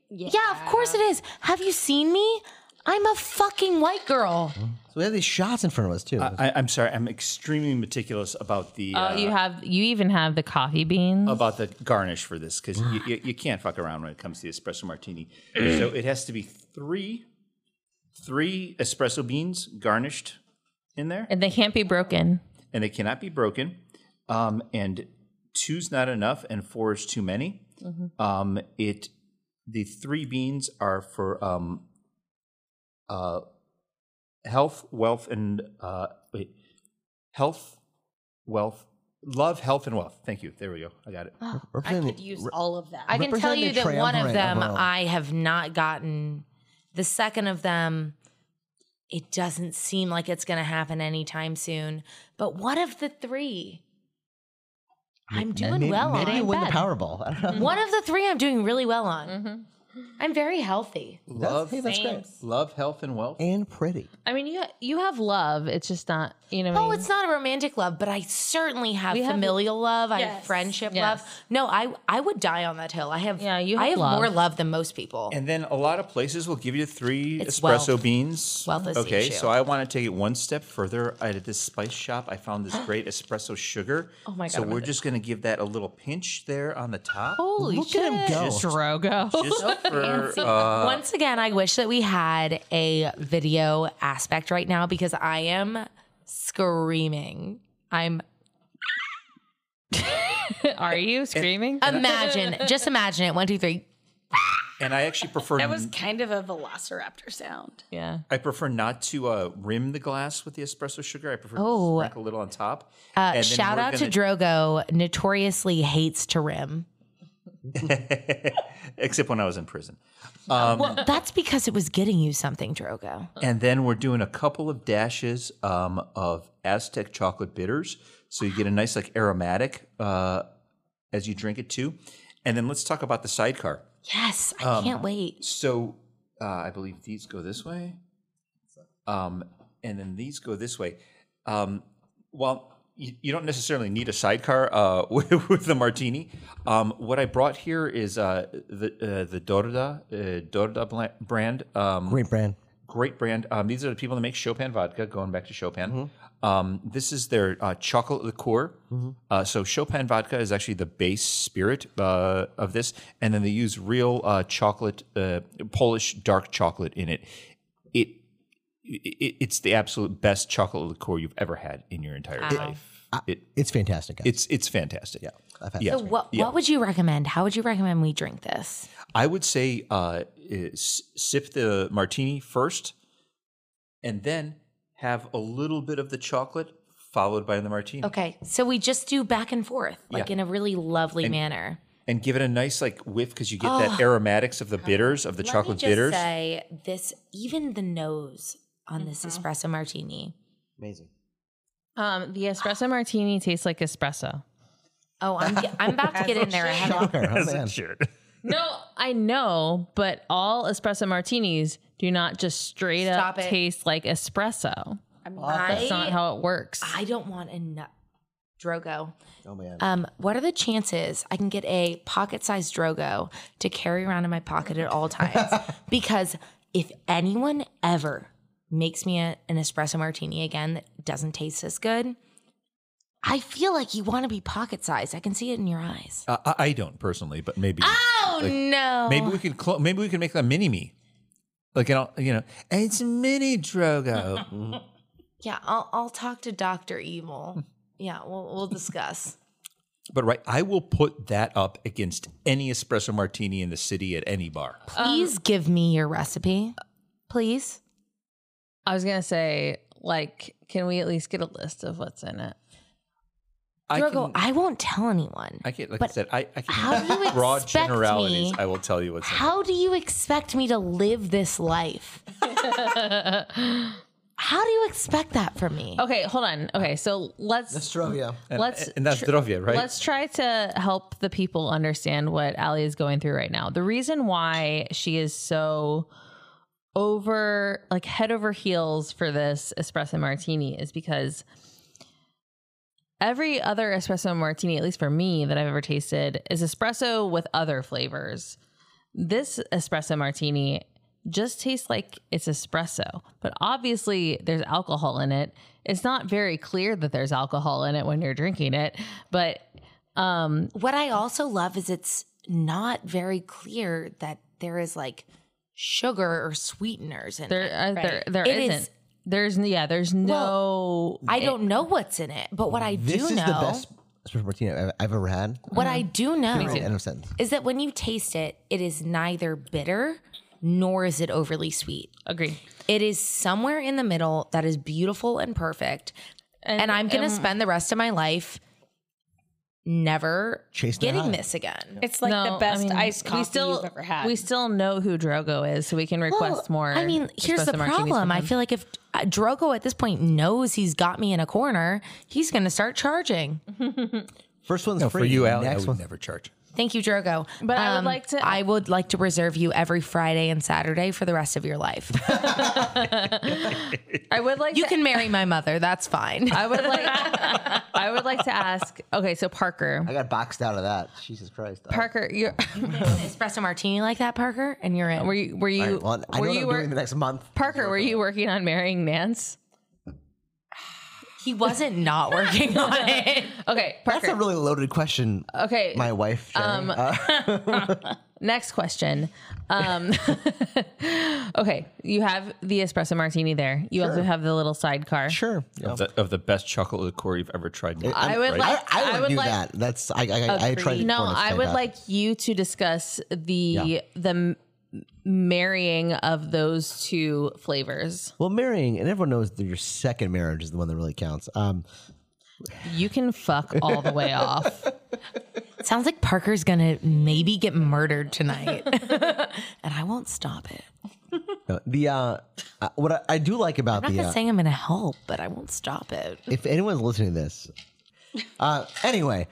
S4: yeah, of course it is. Have you seen me? I'm a fucking white girl.
S1: So we have these shots in front of us too.
S5: Uh,
S2: I, I'm sorry, I'm extremely meticulous about the
S5: oh,
S2: uh,
S5: you have you even have the coffee beans.
S2: about the garnish for this because you, you, you can't fuck around when it comes to the espresso martini. so it has to be three, three espresso beans garnished in there,
S5: and they can't be broken.
S2: and they cannot be broken. Um, and two's not enough, and four is too many. Um, it the three beans are for um, uh, health, wealth, and uh, wait, health, wealth, love, health, and wealth. Thank you. There we go. I got it.
S6: I
S1: Representing
S6: could
S1: the-
S6: use
S1: re-
S6: all of that.
S4: I can tell
S1: Representing
S4: you
S1: the
S4: that one of
S1: triumvirate
S4: them
S1: overall.
S4: I have not gotten. The second of them, it doesn't seem like it's going to happen anytime soon. But one of the three, I'm doing
S1: maybe,
S4: well
S1: maybe
S4: on.
S1: you win the Powerball. I don't know.
S4: One of the three I'm doing really well on.
S5: Mm-hmm.
S4: I'm very healthy.
S2: Love,
S1: hey, that's great.
S2: Love, health, and wealth.
S1: And pretty.
S5: I mean, you you have love. It's just not you know. what I
S4: Oh,
S5: mean?
S4: it's not a romantic love, but I certainly have
S5: have-
S4: familial love. I have
S6: Yes.
S4: friendship
S5: Yes.
S4: love. No, I I would die on that hill. I have
S5: Yeah, you
S4: I
S5: have
S4: have
S5: love.
S4: more love than most people.
S2: And then a lot of places will give you three
S4: It's
S2: espresso
S4: wealth.
S2: beans.
S4: Wealth is the
S2: okay,
S4: issue.
S2: so I want to take it one step further. I- At this spice shop, I found this great espresso sugar. Oh
S5: my
S2: So
S5: God, I'm
S2: we're
S5: addicted.
S2: just going to give that a little pinch there on the top,
S5: holy
S1: Look
S5: shit.
S1: at him go.
S5: Drogo.
S2: just for uh,
S4: Once again, I wish that we had a video aspect right now because I am screaming. I'm
S5: Are you screaming?
S4: imagine, just imagine it. One, two, three.
S2: and I actually prefer
S6: That was kind of a velociraptor sound.
S5: yeah.
S2: I prefer not to uh, rim the glass with the espresso sugar. I prefer
S4: Oh.
S2: to sprinkle a little on top. Uh,
S4: Shout out to Drogo, notoriously hates to rim.
S2: except when I was in prison.
S4: That's because it was getting you something, Drogo.
S2: And then we're doing a couple of dashes um, of Aztec chocolate bitters. So you get a nice, like, aromatic uh, as you drink it too. And then let's talk about the sidecar.
S4: Yes, I
S2: Um,
S4: can't wait.
S2: So uh, I believe these go this way. Um, and then these go this way. Um, well, you, you don't necessarily need a sidecar uh, with, with the martini. Um, what I brought here is uh, the uh, the Dorda uh, Dorda bla- brand. Um,
S1: Great brand.
S2: great brand. Um, these are the people that make Chopin vodka. Going back to Chopin, um, this is their uh, chocolate liqueur. Uh, so Chopin vodka is actually the base spirit uh, of this, and then they use real uh, chocolate, uh, Polish dark chocolate in it. It, it it's the absolute best chocolate liqueur you've ever had in your entire life. It
S1: It's fantastic. guys.
S2: it's it's fantastic. Yeah.
S1: I've had
S2: yeah.
S1: it.
S4: So what what would you recommend? How would you recommend we drink this?
S2: I would say uh, is sip the martini first, and then have a little bit of the chocolate followed by the martini,
S4: Okay, so we just do back and forth, like
S2: Yeah.
S4: in a really lovely manner.
S2: and give it a nice like whiff because you get that aromatics of the bitters of the
S4: Oh. Let
S2: chocolate
S4: me just
S2: bitters.
S4: say this, even the nose on this espresso martini.
S1: amazing.
S5: Um, the espresso martini tastes like espresso.
S4: Oh, I'm ge- I'm about to get in there. I haven't-
S1: Shocker, huh, man?
S5: No, I know, but all espresso martinis do not just straight
S4: Stop
S5: up
S4: it.
S5: taste like espresso. That's not
S4: I
S5: how it works.
S4: I don't want a nut. Drogo.
S1: Oh man.
S4: Um, what are the chances I can get a pocket-sized Drogo to carry around in my pocket at all times? because if anyone ever makes me a- an espresso martini again that doesn't taste as good, I feel like you want to be pocket-sized. I can see it in your eyes.
S2: Uh, I, I don't personally, but maybe
S4: Oh no!
S2: maybe we could clo- maybe we could make a mini me, like you know, you know it's a mini Drogo.
S4: Yeah, I'll I'll talk to Doctor Evil. Yeah, we'll we'll discuss.
S2: but right, I will put that up against any espresso martini in the city at any bar.
S4: Please give me your recipe, please.
S5: I was gonna say, like, can we at least get a list of what's in it?
S2: I can-
S4: Drogo, I, won't tell anyone.
S2: I can't, like I
S4: But
S2: said, I, I can
S4: how do you
S2: broad
S4: expect
S2: generalities.
S4: me-
S2: I will tell you what's in
S4: How do you expect me to live this life? How do you expect that from me?
S5: Okay, hold on. Okay, so let's let's
S1: Australia.
S5: let's,
S2: and that's Drovia, right?
S5: try to help the people understand what Ali is going through right now. The reason why she is so over like head over heels for this espresso martini is because every other espresso martini, at least for me that I've ever tasted, is espresso with other flavors. This espresso martini just tastes like it's espresso, but obviously there's alcohol in it. It's not very clear that there's alcohol in it when you're drinking it, but um
S4: What I also love is it's not very clear that there is like sugar or sweeteners in
S5: there
S4: it.
S5: uh, there there
S4: It is-
S5: isn't. there's yeah, there's no
S4: I don't know what's in it, but what I
S1: This
S4: do
S1: is
S4: know,
S1: the best espresso martini I've, I've ever had.
S4: what I do know
S1: End of sentence.
S4: is that when you taste it, it is neither bitter nor is it overly sweet.
S5: agree.
S4: It is somewhere in the middle that is beautiful and perfect. And, um, I'm going to spend the rest of my life never
S1: Chasing that
S4: getting
S1: high.
S4: this again.
S6: It's like
S5: No,
S6: the best
S5: I mean,
S6: iced coffee
S5: we still,
S6: you've ever had.
S5: We still know who Drogo is, so we can request more.
S4: I mean, here's the
S5: espresso martinis from
S4: problem. I
S5: him.
S4: feel like if uh, Drogo at this point knows he's got me in a corner, he's going to start charging.
S1: First one's free.
S2: for you, Ali, I
S1: Next
S2: would
S1: one.
S2: never charge.
S4: Thank you, Drogo.
S5: But I would like to-
S4: Um, I would like to reserve you every Friday and Saturday for the rest of your life.
S5: I would like
S4: you
S5: to,
S4: can marry my mother. That's fine.
S5: I would like. I would like to ask. Okay, so Parker,
S1: I got boxed out of that. Jesus Christ. I-
S5: Parker, you
S4: espresso martini like that, Parker, and you're in.
S5: were you were
S1: All
S5: you
S1: right, well, I know
S5: were
S1: what
S5: you
S1: I'm
S5: wor-
S1: doing the next month.
S5: Parker? Were you working on marrying Nance?
S4: He wasn't not working on it.
S5: Okay,
S1: That's a
S5: Parker.
S1: really loaded question.
S5: Okay,
S1: My wife. Um,
S5: next question. Um, okay, you have the espresso martini there. You also have the little sidecar.
S1: sure.
S2: Of, the, of the best chocolate liqueur you've ever tried. in your
S5: I
S2: life,
S5: would
S2: right?
S5: like.
S1: I, I would,
S5: would
S1: do
S5: like.
S1: that. That's I. I, I tried. It
S5: No,
S1: before and it's
S5: I would
S1: fantastic.
S5: like you to discuss the the m- marrying of those two flavors.
S1: Well, marrying, and everyone knows that your second marriage is the one that really counts. Um,
S5: You can fuck all the way off.
S4: Sounds like Parker's gonna maybe get murdered tonight, and I won't stop it.
S1: no, the uh, uh, what I, I do like about
S4: I'm
S1: the
S4: not
S1: uh,
S4: saying I'm gonna help, but I won't stop it.
S1: if anyone's listening to this, uh, anyway,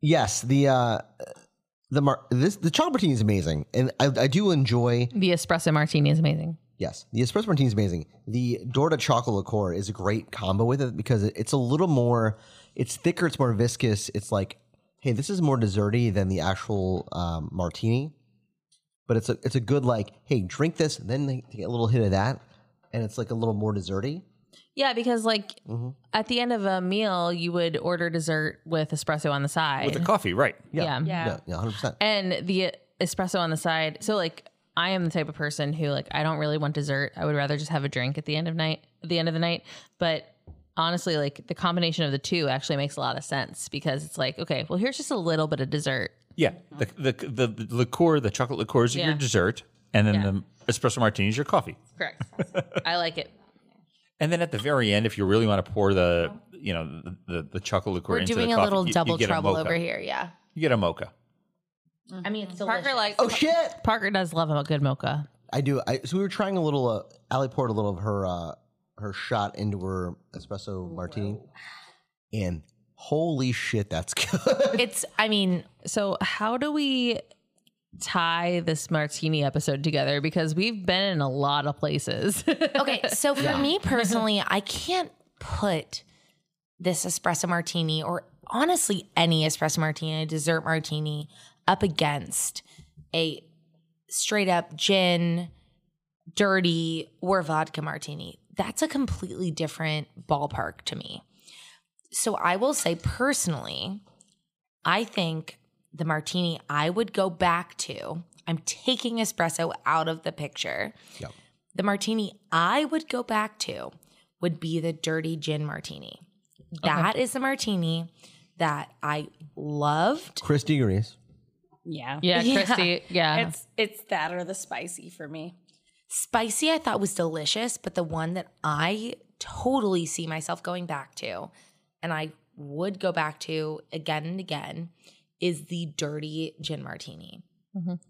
S1: yes, the uh, the mar- this the chocolate martini is amazing, and I, I do enjoy
S5: The espresso martini is amazing.
S1: Yes, the espresso martini is amazing. The Dorda chocolate liqueur is a great combo with it because it- it's a little more, it's thicker, it's more viscous. It's like, hey, this is more desserty than the actual um, martini, but it's a it's a good like, hey, drink this, and then they get a little hit of that, and it's like a little more desserty.
S5: Yeah, because like
S1: Mm-hmm.
S5: at the end of a meal, you would order dessert with espresso on the side.
S2: With the coffee, right?
S5: yeah.
S1: Yeah, yeah, hundred percent.
S5: And the espresso on the side. So like I am the type of person who like I don't really want dessert. I would rather just have a drink at the end of night at the end of the night. But honestly, like the combination of the two actually makes a lot of sense because it's like, okay, well here's just a little bit of dessert.
S2: Yeah. The, the, the, the liqueur, the chocolate liqueur is your
S5: Yeah.
S2: dessert, and then the espresso martini is your coffee.
S5: Correct. I like it.
S2: And then at the very end, if you really want to pour the, you know, the, the, the chocolate liqueur
S4: We're
S2: into
S4: doing
S2: the
S4: a
S2: coffee,
S4: little
S2: you- you
S4: double
S2: get a
S4: trouble
S2: mocha.
S4: over here. Yeah.
S2: You get a mocha.
S5: I mean, it's Parker likes.
S1: Oh shit!
S5: Parker does love a good mocha.
S1: I do. I, so we were trying a little. Uh, Ali poured a little of her uh, her shot into her espresso martini, and holy shit, that's good.
S4: It's, I mean,
S5: So, how do we tie this martini episode together? Because we've been in a lot of places.
S4: okay. So for me personally, I can't put this espresso martini or honestly any espresso martini, a dessert martini up against a straight up gin, dirty, or vodka martini. That's a completely different ballpark to me. So I will say personally, I think the martini I would go back to, I'm taking espresso out of the picture the martini I would go back to would be the dirty gin martini. That is the martini that I loved.
S1: Christy agrees.
S6: Yeah.
S5: yeah, Christy. Yeah.
S6: It's it's that or the spicy for me.
S4: Spicy I thought was delicious, but the one that I totally see myself going back to and I would go back to again and again is the dirty gin martini.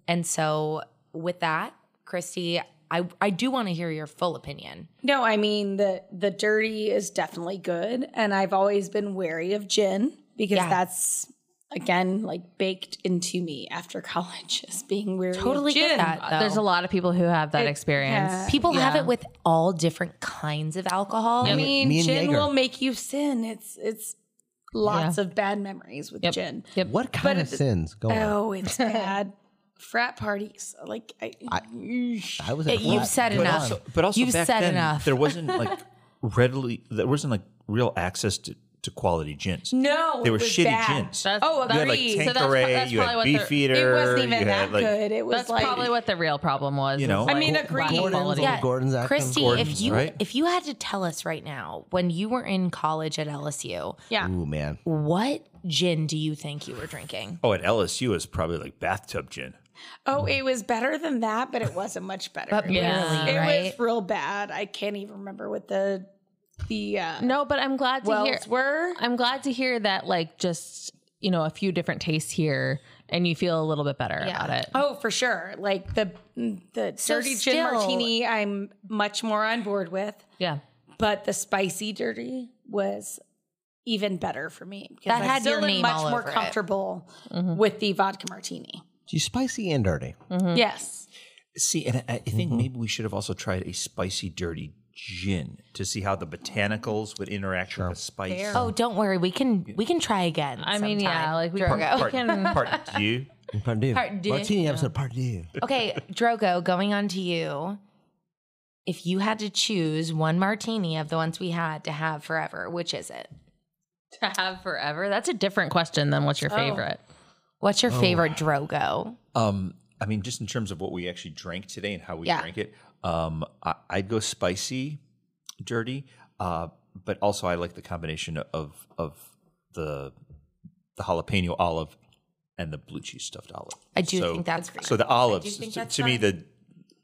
S4: And so with that, Christy, I, I do want to hear your full opinion.
S6: No, I mean the the dirty is definitely good, and I've always been wary of gin because
S4: Yeah.
S6: that's again like baked into me after college is being wary. of
S4: Totally
S6: gin.
S4: get that. Though.
S5: Uh, There's a lot of people who have that experience.
S6: yeah.
S4: People have it with all different kinds of alcohol.
S6: I mean,
S1: me and
S6: gin
S1: Jaeger.
S6: will make you sin. It's it's lots of bad memories with gin.
S1: What kind of sins? Go on.
S6: Oh, it's bad. Frat parties, like I,
S1: I was. At
S4: Hey, you've said
S1: Go
S4: enough.
S1: on.
S2: So- but also
S4: You've
S2: back
S4: said
S2: then,
S4: enough.
S2: there wasn't like readily there wasn't like real access to, to quality gins.
S6: no,
S2: They were
S6: it was
S2: shitty
S6: bad.
S2: gins.
S5: That's-
S6: Oh,
S2: you had like
S6: agreed.
S5: that's pro-
S2: Tanqueray,
S5: that's
S2: you had
S5: probably what they're-
S2: Beefeater,
S6: It wasn't
S2: you
S6: even that
S2: had like
S6: good. It was
S5: That's
S6: like
S5: probably what the real problem was.
S2: You know?
S5: was
S2: I
S6: mean,
S5: like,
S6: agreed.
S5: lack of
S6: Gordon's
S5: quality.
S1: Yeah. Gordon's after him.
S4: Christy, if
S2: Gordon's,
S4: you
S2: right?
S4: if you had to tell us right now when you were in college at LSU,
S6: yeah.
S1: Ooh man,
S4: what gin do you think you were drinking?
S2: oh at LSU it was probably like bathtub gin.
S6: Oh, it was better than that, but it wasn't much better.
S4: But
S5: Yeah.
S4: barely,
S6: it
S4: right?
S6: was real bad. I can't even remember what the the uh,
S5: No, but I'm glad to hear.
S6: wells were.
S5: I'm glad to hear that, like, just you know, a few different tastes here, and you feel a little bit better about it.
S6: Oh, for sure. Like the the
S4: So
S6: dirty gin
S4: still-
S6: martini, I'm much more on board with.
S5: Yeah,
S6: But the spicy dirty was even better for me because
S4: That
S6: I'm
S4: had
S6: still
S4: your
S6: in
S4: name
S6: much
S4: all
S6: more
S4: over it. Mm-hmm.
S6: comfortable with the vodka martini.
S1: she's spicy and dirty.
S6: Yes.
S2: See, and I, I think maybe we should have also tried a spicy dirty gin to see how the botanicals would interact with the spice.
S4: Oh, don't worry, we can we can try again.
S5: I mean, yeah,
S4: sometime.
S5: like we,
S2: part,
S5: we
S2: part,
S5: can.
S2: part you.
S1: Part two.
S4: Mm. Part two.
S1: Martini episode part two.
S4: okay, Drogo, going on to you. If you had to choose one martini of the ones we had to have forever, which is it?
S5: to have forever? That's a different question than what's your favorite.
S4: What's
S2: Oh.
S4: your favorite Drogo?
S2: Um, I mean, just in terms of what we actually drank today and how we
S4: Yeah.
S2: drank it, um, I, I'd go spicy, dirty, uh, but also I like the combination of of the the jalapeno olive and the blue cheese stuffed olive.
S4: I do think that's fine.
S2: so the olives
S4: think
S2: to,
S4: that's
S2: to me the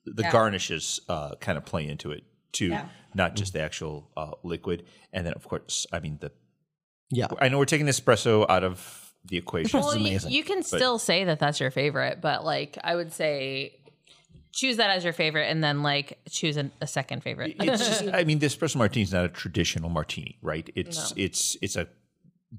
S2: the garnishes uh, kind of play into it too, not just the actual uh, liquid. And then of course, I mean the
S1: Yeah.
S2: I know we're taking the espresso out of the equation.
S1: This is
S5: you-
S1: amazing.
S5: You, can still say that that's your favorite, but like I would say choose that as your favorite and then like choose an, a second favorite.
S2: it's just I mean, the espresso martini is not a traditional martini, right? It's it's it's a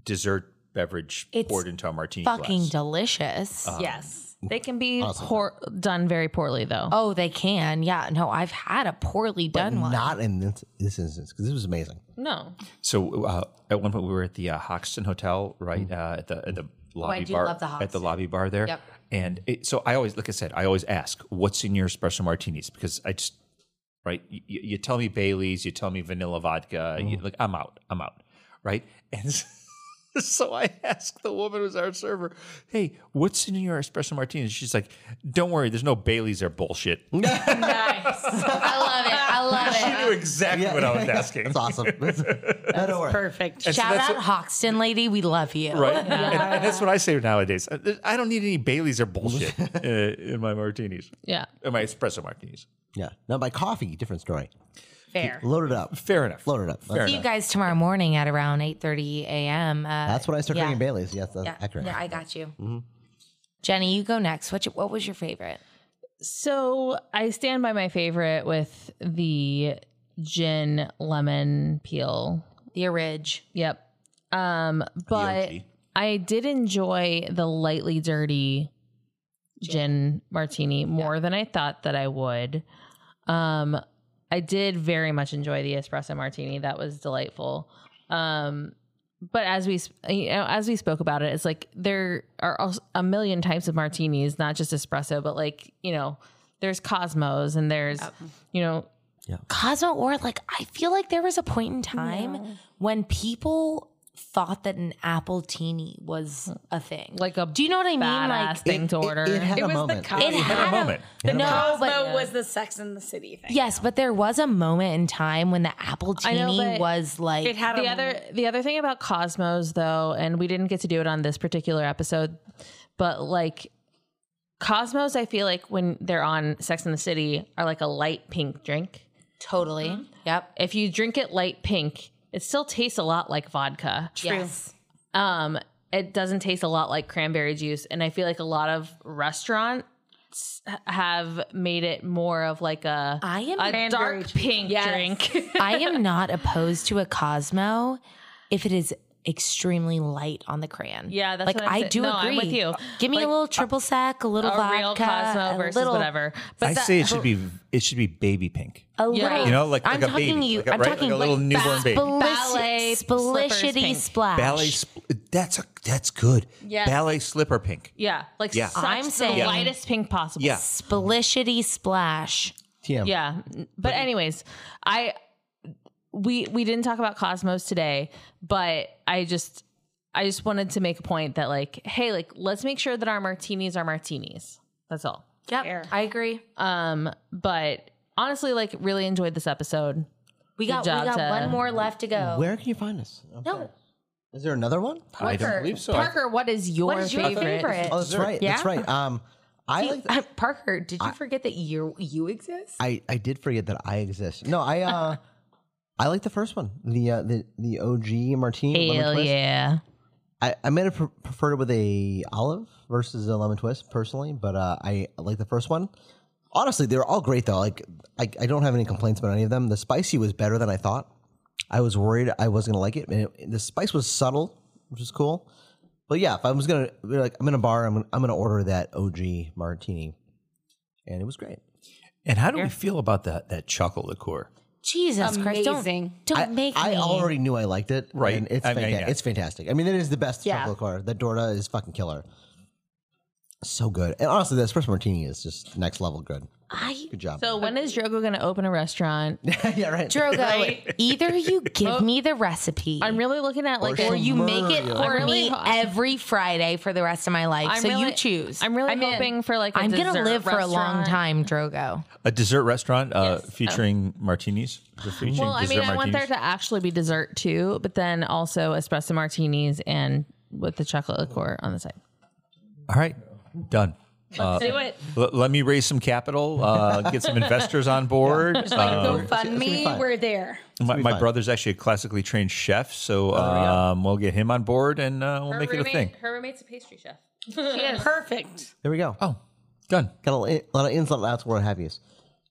S2: dessert beverage
S4: It's
S2: poured into a martini
S4: Fucking
S2: glass. Uh-huh.
S4: delicious.
S6: yes.
S5: They can be poor, done very poorly though.
S4: Oh, they can. Yeah. No, I've had a poorly done one.
S1: Not in this, this instance because this was amazing.
S5: No,
S2: So uh, at one point we were at the uh, Hoxton Hotel, right uh, at the at the lobby
S4: Mm. Oh, I do
S2: bar
S4: love the
S2: at the
S4: Hoxton.
S2: lobby bar there.
S4: Yep.
S2: And it, so I always, like I said, I always ask, "What's in your espresso martinis?" Because I just right, you, you tell me Bailey's, you tell me vanilla vodka,
S4: Mm.
S2: you, like I'm out, I'm out, right? And so I asked the woman who's our server, "Hey, what's in your espresso martinis?" She's like, "Don't worry, there's no Bailey's or bullshit."
S4: I love it. I love
S2: She
S4: it.
S2: knew exactly what I was asking.
S1: That's awesome. That's, don't worry.
S6: Perfect.
S4: Shout
S2: that's
S4: out Hoxton lady, we love you.
S2: Right. And, and that's what I say nowadays. I- I don't need any Baileys or bullshit uh, in my martinis,
S5: yeah,
S2: in my espresso martinis.
S1: Yeah. Now, by coffee, different story.
S4: Fair.
S1: Load it up.
S2: Fair enough.
S1: Load it up. That's,
S2: Fair
S4: See you
S2: enough.
S4: guys tomorrow morning at around 8:30 a.m. Uh,
S1: that's when I start
S4: yeah.
S1: drinking Bailey's. Yes, that's
S4: yeah.
S1: accurate. Mm-hmm.
S4: Yeah, I got you. Jenny, you go next. What what was your favorite?
S5: So I stand by my favorite with the gin lemon peel.
S4: The Ridge.
S5: Yep. Um, but
S2: OG.
S5: I did enjoy the lightly dirty gin, martini more than I thought that I would. Um, I did very much enjoy the espresso martini. That was delightful. Um, but as we s- you know, as we spoke about it, it's like there are als- a million types of martinis, not just espresso, but like you know, there's Cosmos and there's you know
S4: Cosmo or like I feel like there was a point in time when people thought that an apple teeny was a thing.
S5: like a
S4: do you know what I mean?
S5: badass
S4: Like
S5: thing
S1: It-
S5: to
S1: it-
S5: order.
S1: It, had
S6: It
S1: a
S6: was the
S1: moment.
S6: coffee.
S4: it had,
S2: a moment.
S4: A, no,
S6: Cosmo
S4: but
S6: was the Sex and the City thing.
S4: yes, but there was a moment in time when the apple
S5: I know,
S4: teeny
S5: but
S4: was like
S6: It had
S5: the other the other thing about Cosmos though, and we didn't get to do it on this particular episode, but like Cosmos, I feel like when they're on Sex in the City are like a light pink drink.
S4: totally.
S5: Mm-hmm.
S4: Yep.
S5: If you drink it light pink, it still tastes a lot like vodka.
S4: Yes.
S5: Um, it doesn't taste a lot like cranberry juice, and I feel like a lot of restaurants have made it more of like a
S4: I am
S5: a dark
S6: juice.
S5: pink
S6: Yes.
S5: drink.
S4: I am not opposed to a Cosmo if it is extremely light on the crayon.
S5: Yeah, that's
S4: like
S5: what I'm
S4: I
S5: saying.
S4: do
S5: No,
S4: agree
S5: I'm with you.
S4: Give me
S5: Like,
S4: a little triple sec, a little
S5: a
S4: vodka,
S5: real Cosmo
S4: a
S5: versus
S4: little,
S5: whatever. But
S2: I
S5: that-
S2: say it should be it should be baby pink.
S4: A
S5: Yeah.
S4: little,
S5: You
S2: know, like-
S4: I'm
S2: like a
S4: talking
S2: baby,
S4: to you.
S2: like a-
S4: I'm
S2: right,
S4: talking
S2: like a little newborn baby.
S5: Ballet slippers
S4: splishity
S5: pink.
S4: splash.
S2: Ballet spl- that's a that's good.
S5: Yes.
S2: Ballet slipper pink.
S5: Yeah, like
S2: Yeah.
S5: such
S4: I'm
S5: the
S4: saying-
S5: lightest pink possible.
S2: Yeah.
S4: splishity splash.
S1: TM.
S5: yeah. But, anyways, I we we didn't talk about Cosmos today, but I just I just wanted to make a point that like, hey, like let's make sure that our martinis are martinis. That's all.
S4: Yep, I agree.
S5: Um, but honestly, like really enjoyed this episode.
S4: We got we
S5: job
S4: got
S5: to-
S4: one more left to go.
S1: Where can you find us? I'm sorry. Is there another one?
S2: I don't believe so.
S5: Parker, what is your,
S4: What is your favorite?
S1: Oh, that's right. That's right. Um, I like.
S4: Uh, Parker, did you forget that you you exist?
S1: I I did forget that I exist. No, I uh, I like the first one. The uh, the the OG martini. lemon
S5: Hell
S1: twist.
S5: yeah.
S1: I I might have pre- preferred it with a olive versus a lemon twist personally, but uh, I like the first one. Honestly, they were all great though. Like I, I don't have any complaints about any of them. The spicy was better than I thought. I was worried I wasn't gonna like it. And it- the spice was subtle, which is cool. But yeah, if I was gonna be like, I'm in a bar, I'm gonna, I'm gonna order that OG martini, and it was great.
S2: And how do we feel about that that chocolate liqueur?
S4: Jesus Christ, don't
S6: Amazing.
S4: don't
S1: I,
S4: make
S1: I
S4: me.
S1: already knew I liked it.
S2: Right.
S1: and it's
S2: I mean,
S1: fanta-
S2: yeah.
S1: it's fantastic. I mean, it is the best
S6: Yeah.
S1: chocolate car. That Dorda is fucking killer. So good, and honestly, the espresso martini is just next level good.
S4: I
S1: Good job.
S5: So when is Drogo gonna open a restaurant?
S1: yeah, right.
S4: Drogo, either you give me the recipe
S5: I'm really looking at like
S1: Or
S5: a-
S4: you make it
S1: Murder.
S4: for
S5: I'm really
S4: me
S5: ho-
S4: every Friday for the rest of my life. so you choose.
S5: I'm really
S4: in.
S5: hoping for like. i
S4: I'm gonna live for a long time, Drogo.
S2: A dessert restaurant uh, featuring martinis. Is it featuring
S5: Oh. Well, I
S2: dessert
S5: mean, I want there
S2: martinis?
S5: to actually be dessert too, but then also espresso martinis and with the chocolate liqueur on the side.
S2: All right, done. Uh,
S5: Do it.
S2: l- let me raise some capital, uh, get some investors on board. Uh,
S6: GoFundMe, we're there.
S2: My, my brother's actually a classically trained chef, so um, we'll get him on board and uh, we'll make it a thing.
S5: Her roommate's a pastry chef.
S6: Perfect.
S1: There we go.
S2: Oh, done.
S1: Got a lot- lot of ins, a lot of outs, world have yous.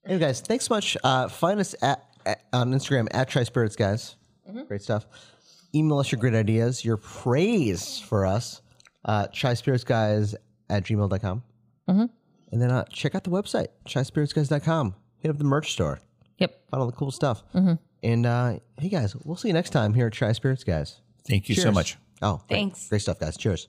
S1: Anyway, guys, thanks so much. Uh, find us at, at- on Instagram at Tri Spirits, guys.
S4: Mm-hmm.
S1: Great stuff. Email us your great ideas, your praise for us. Uh, Tri Spirits, guys at gmail.com.
S4: Mm-hmm.
S1: And then uh, check out the website, shyspiritsguys.com. Hit up the merch store.
S5: Yep.
S1: Find all the cool stuff. And uh, hey, guys, we'll see you next time here at Shy Spirits Guys.
S2: Thank you so
S1: Cheers.
S2: much.
S1: Oh, great.
S4: Thanks.
S1: Great stuff, guys. Cheers.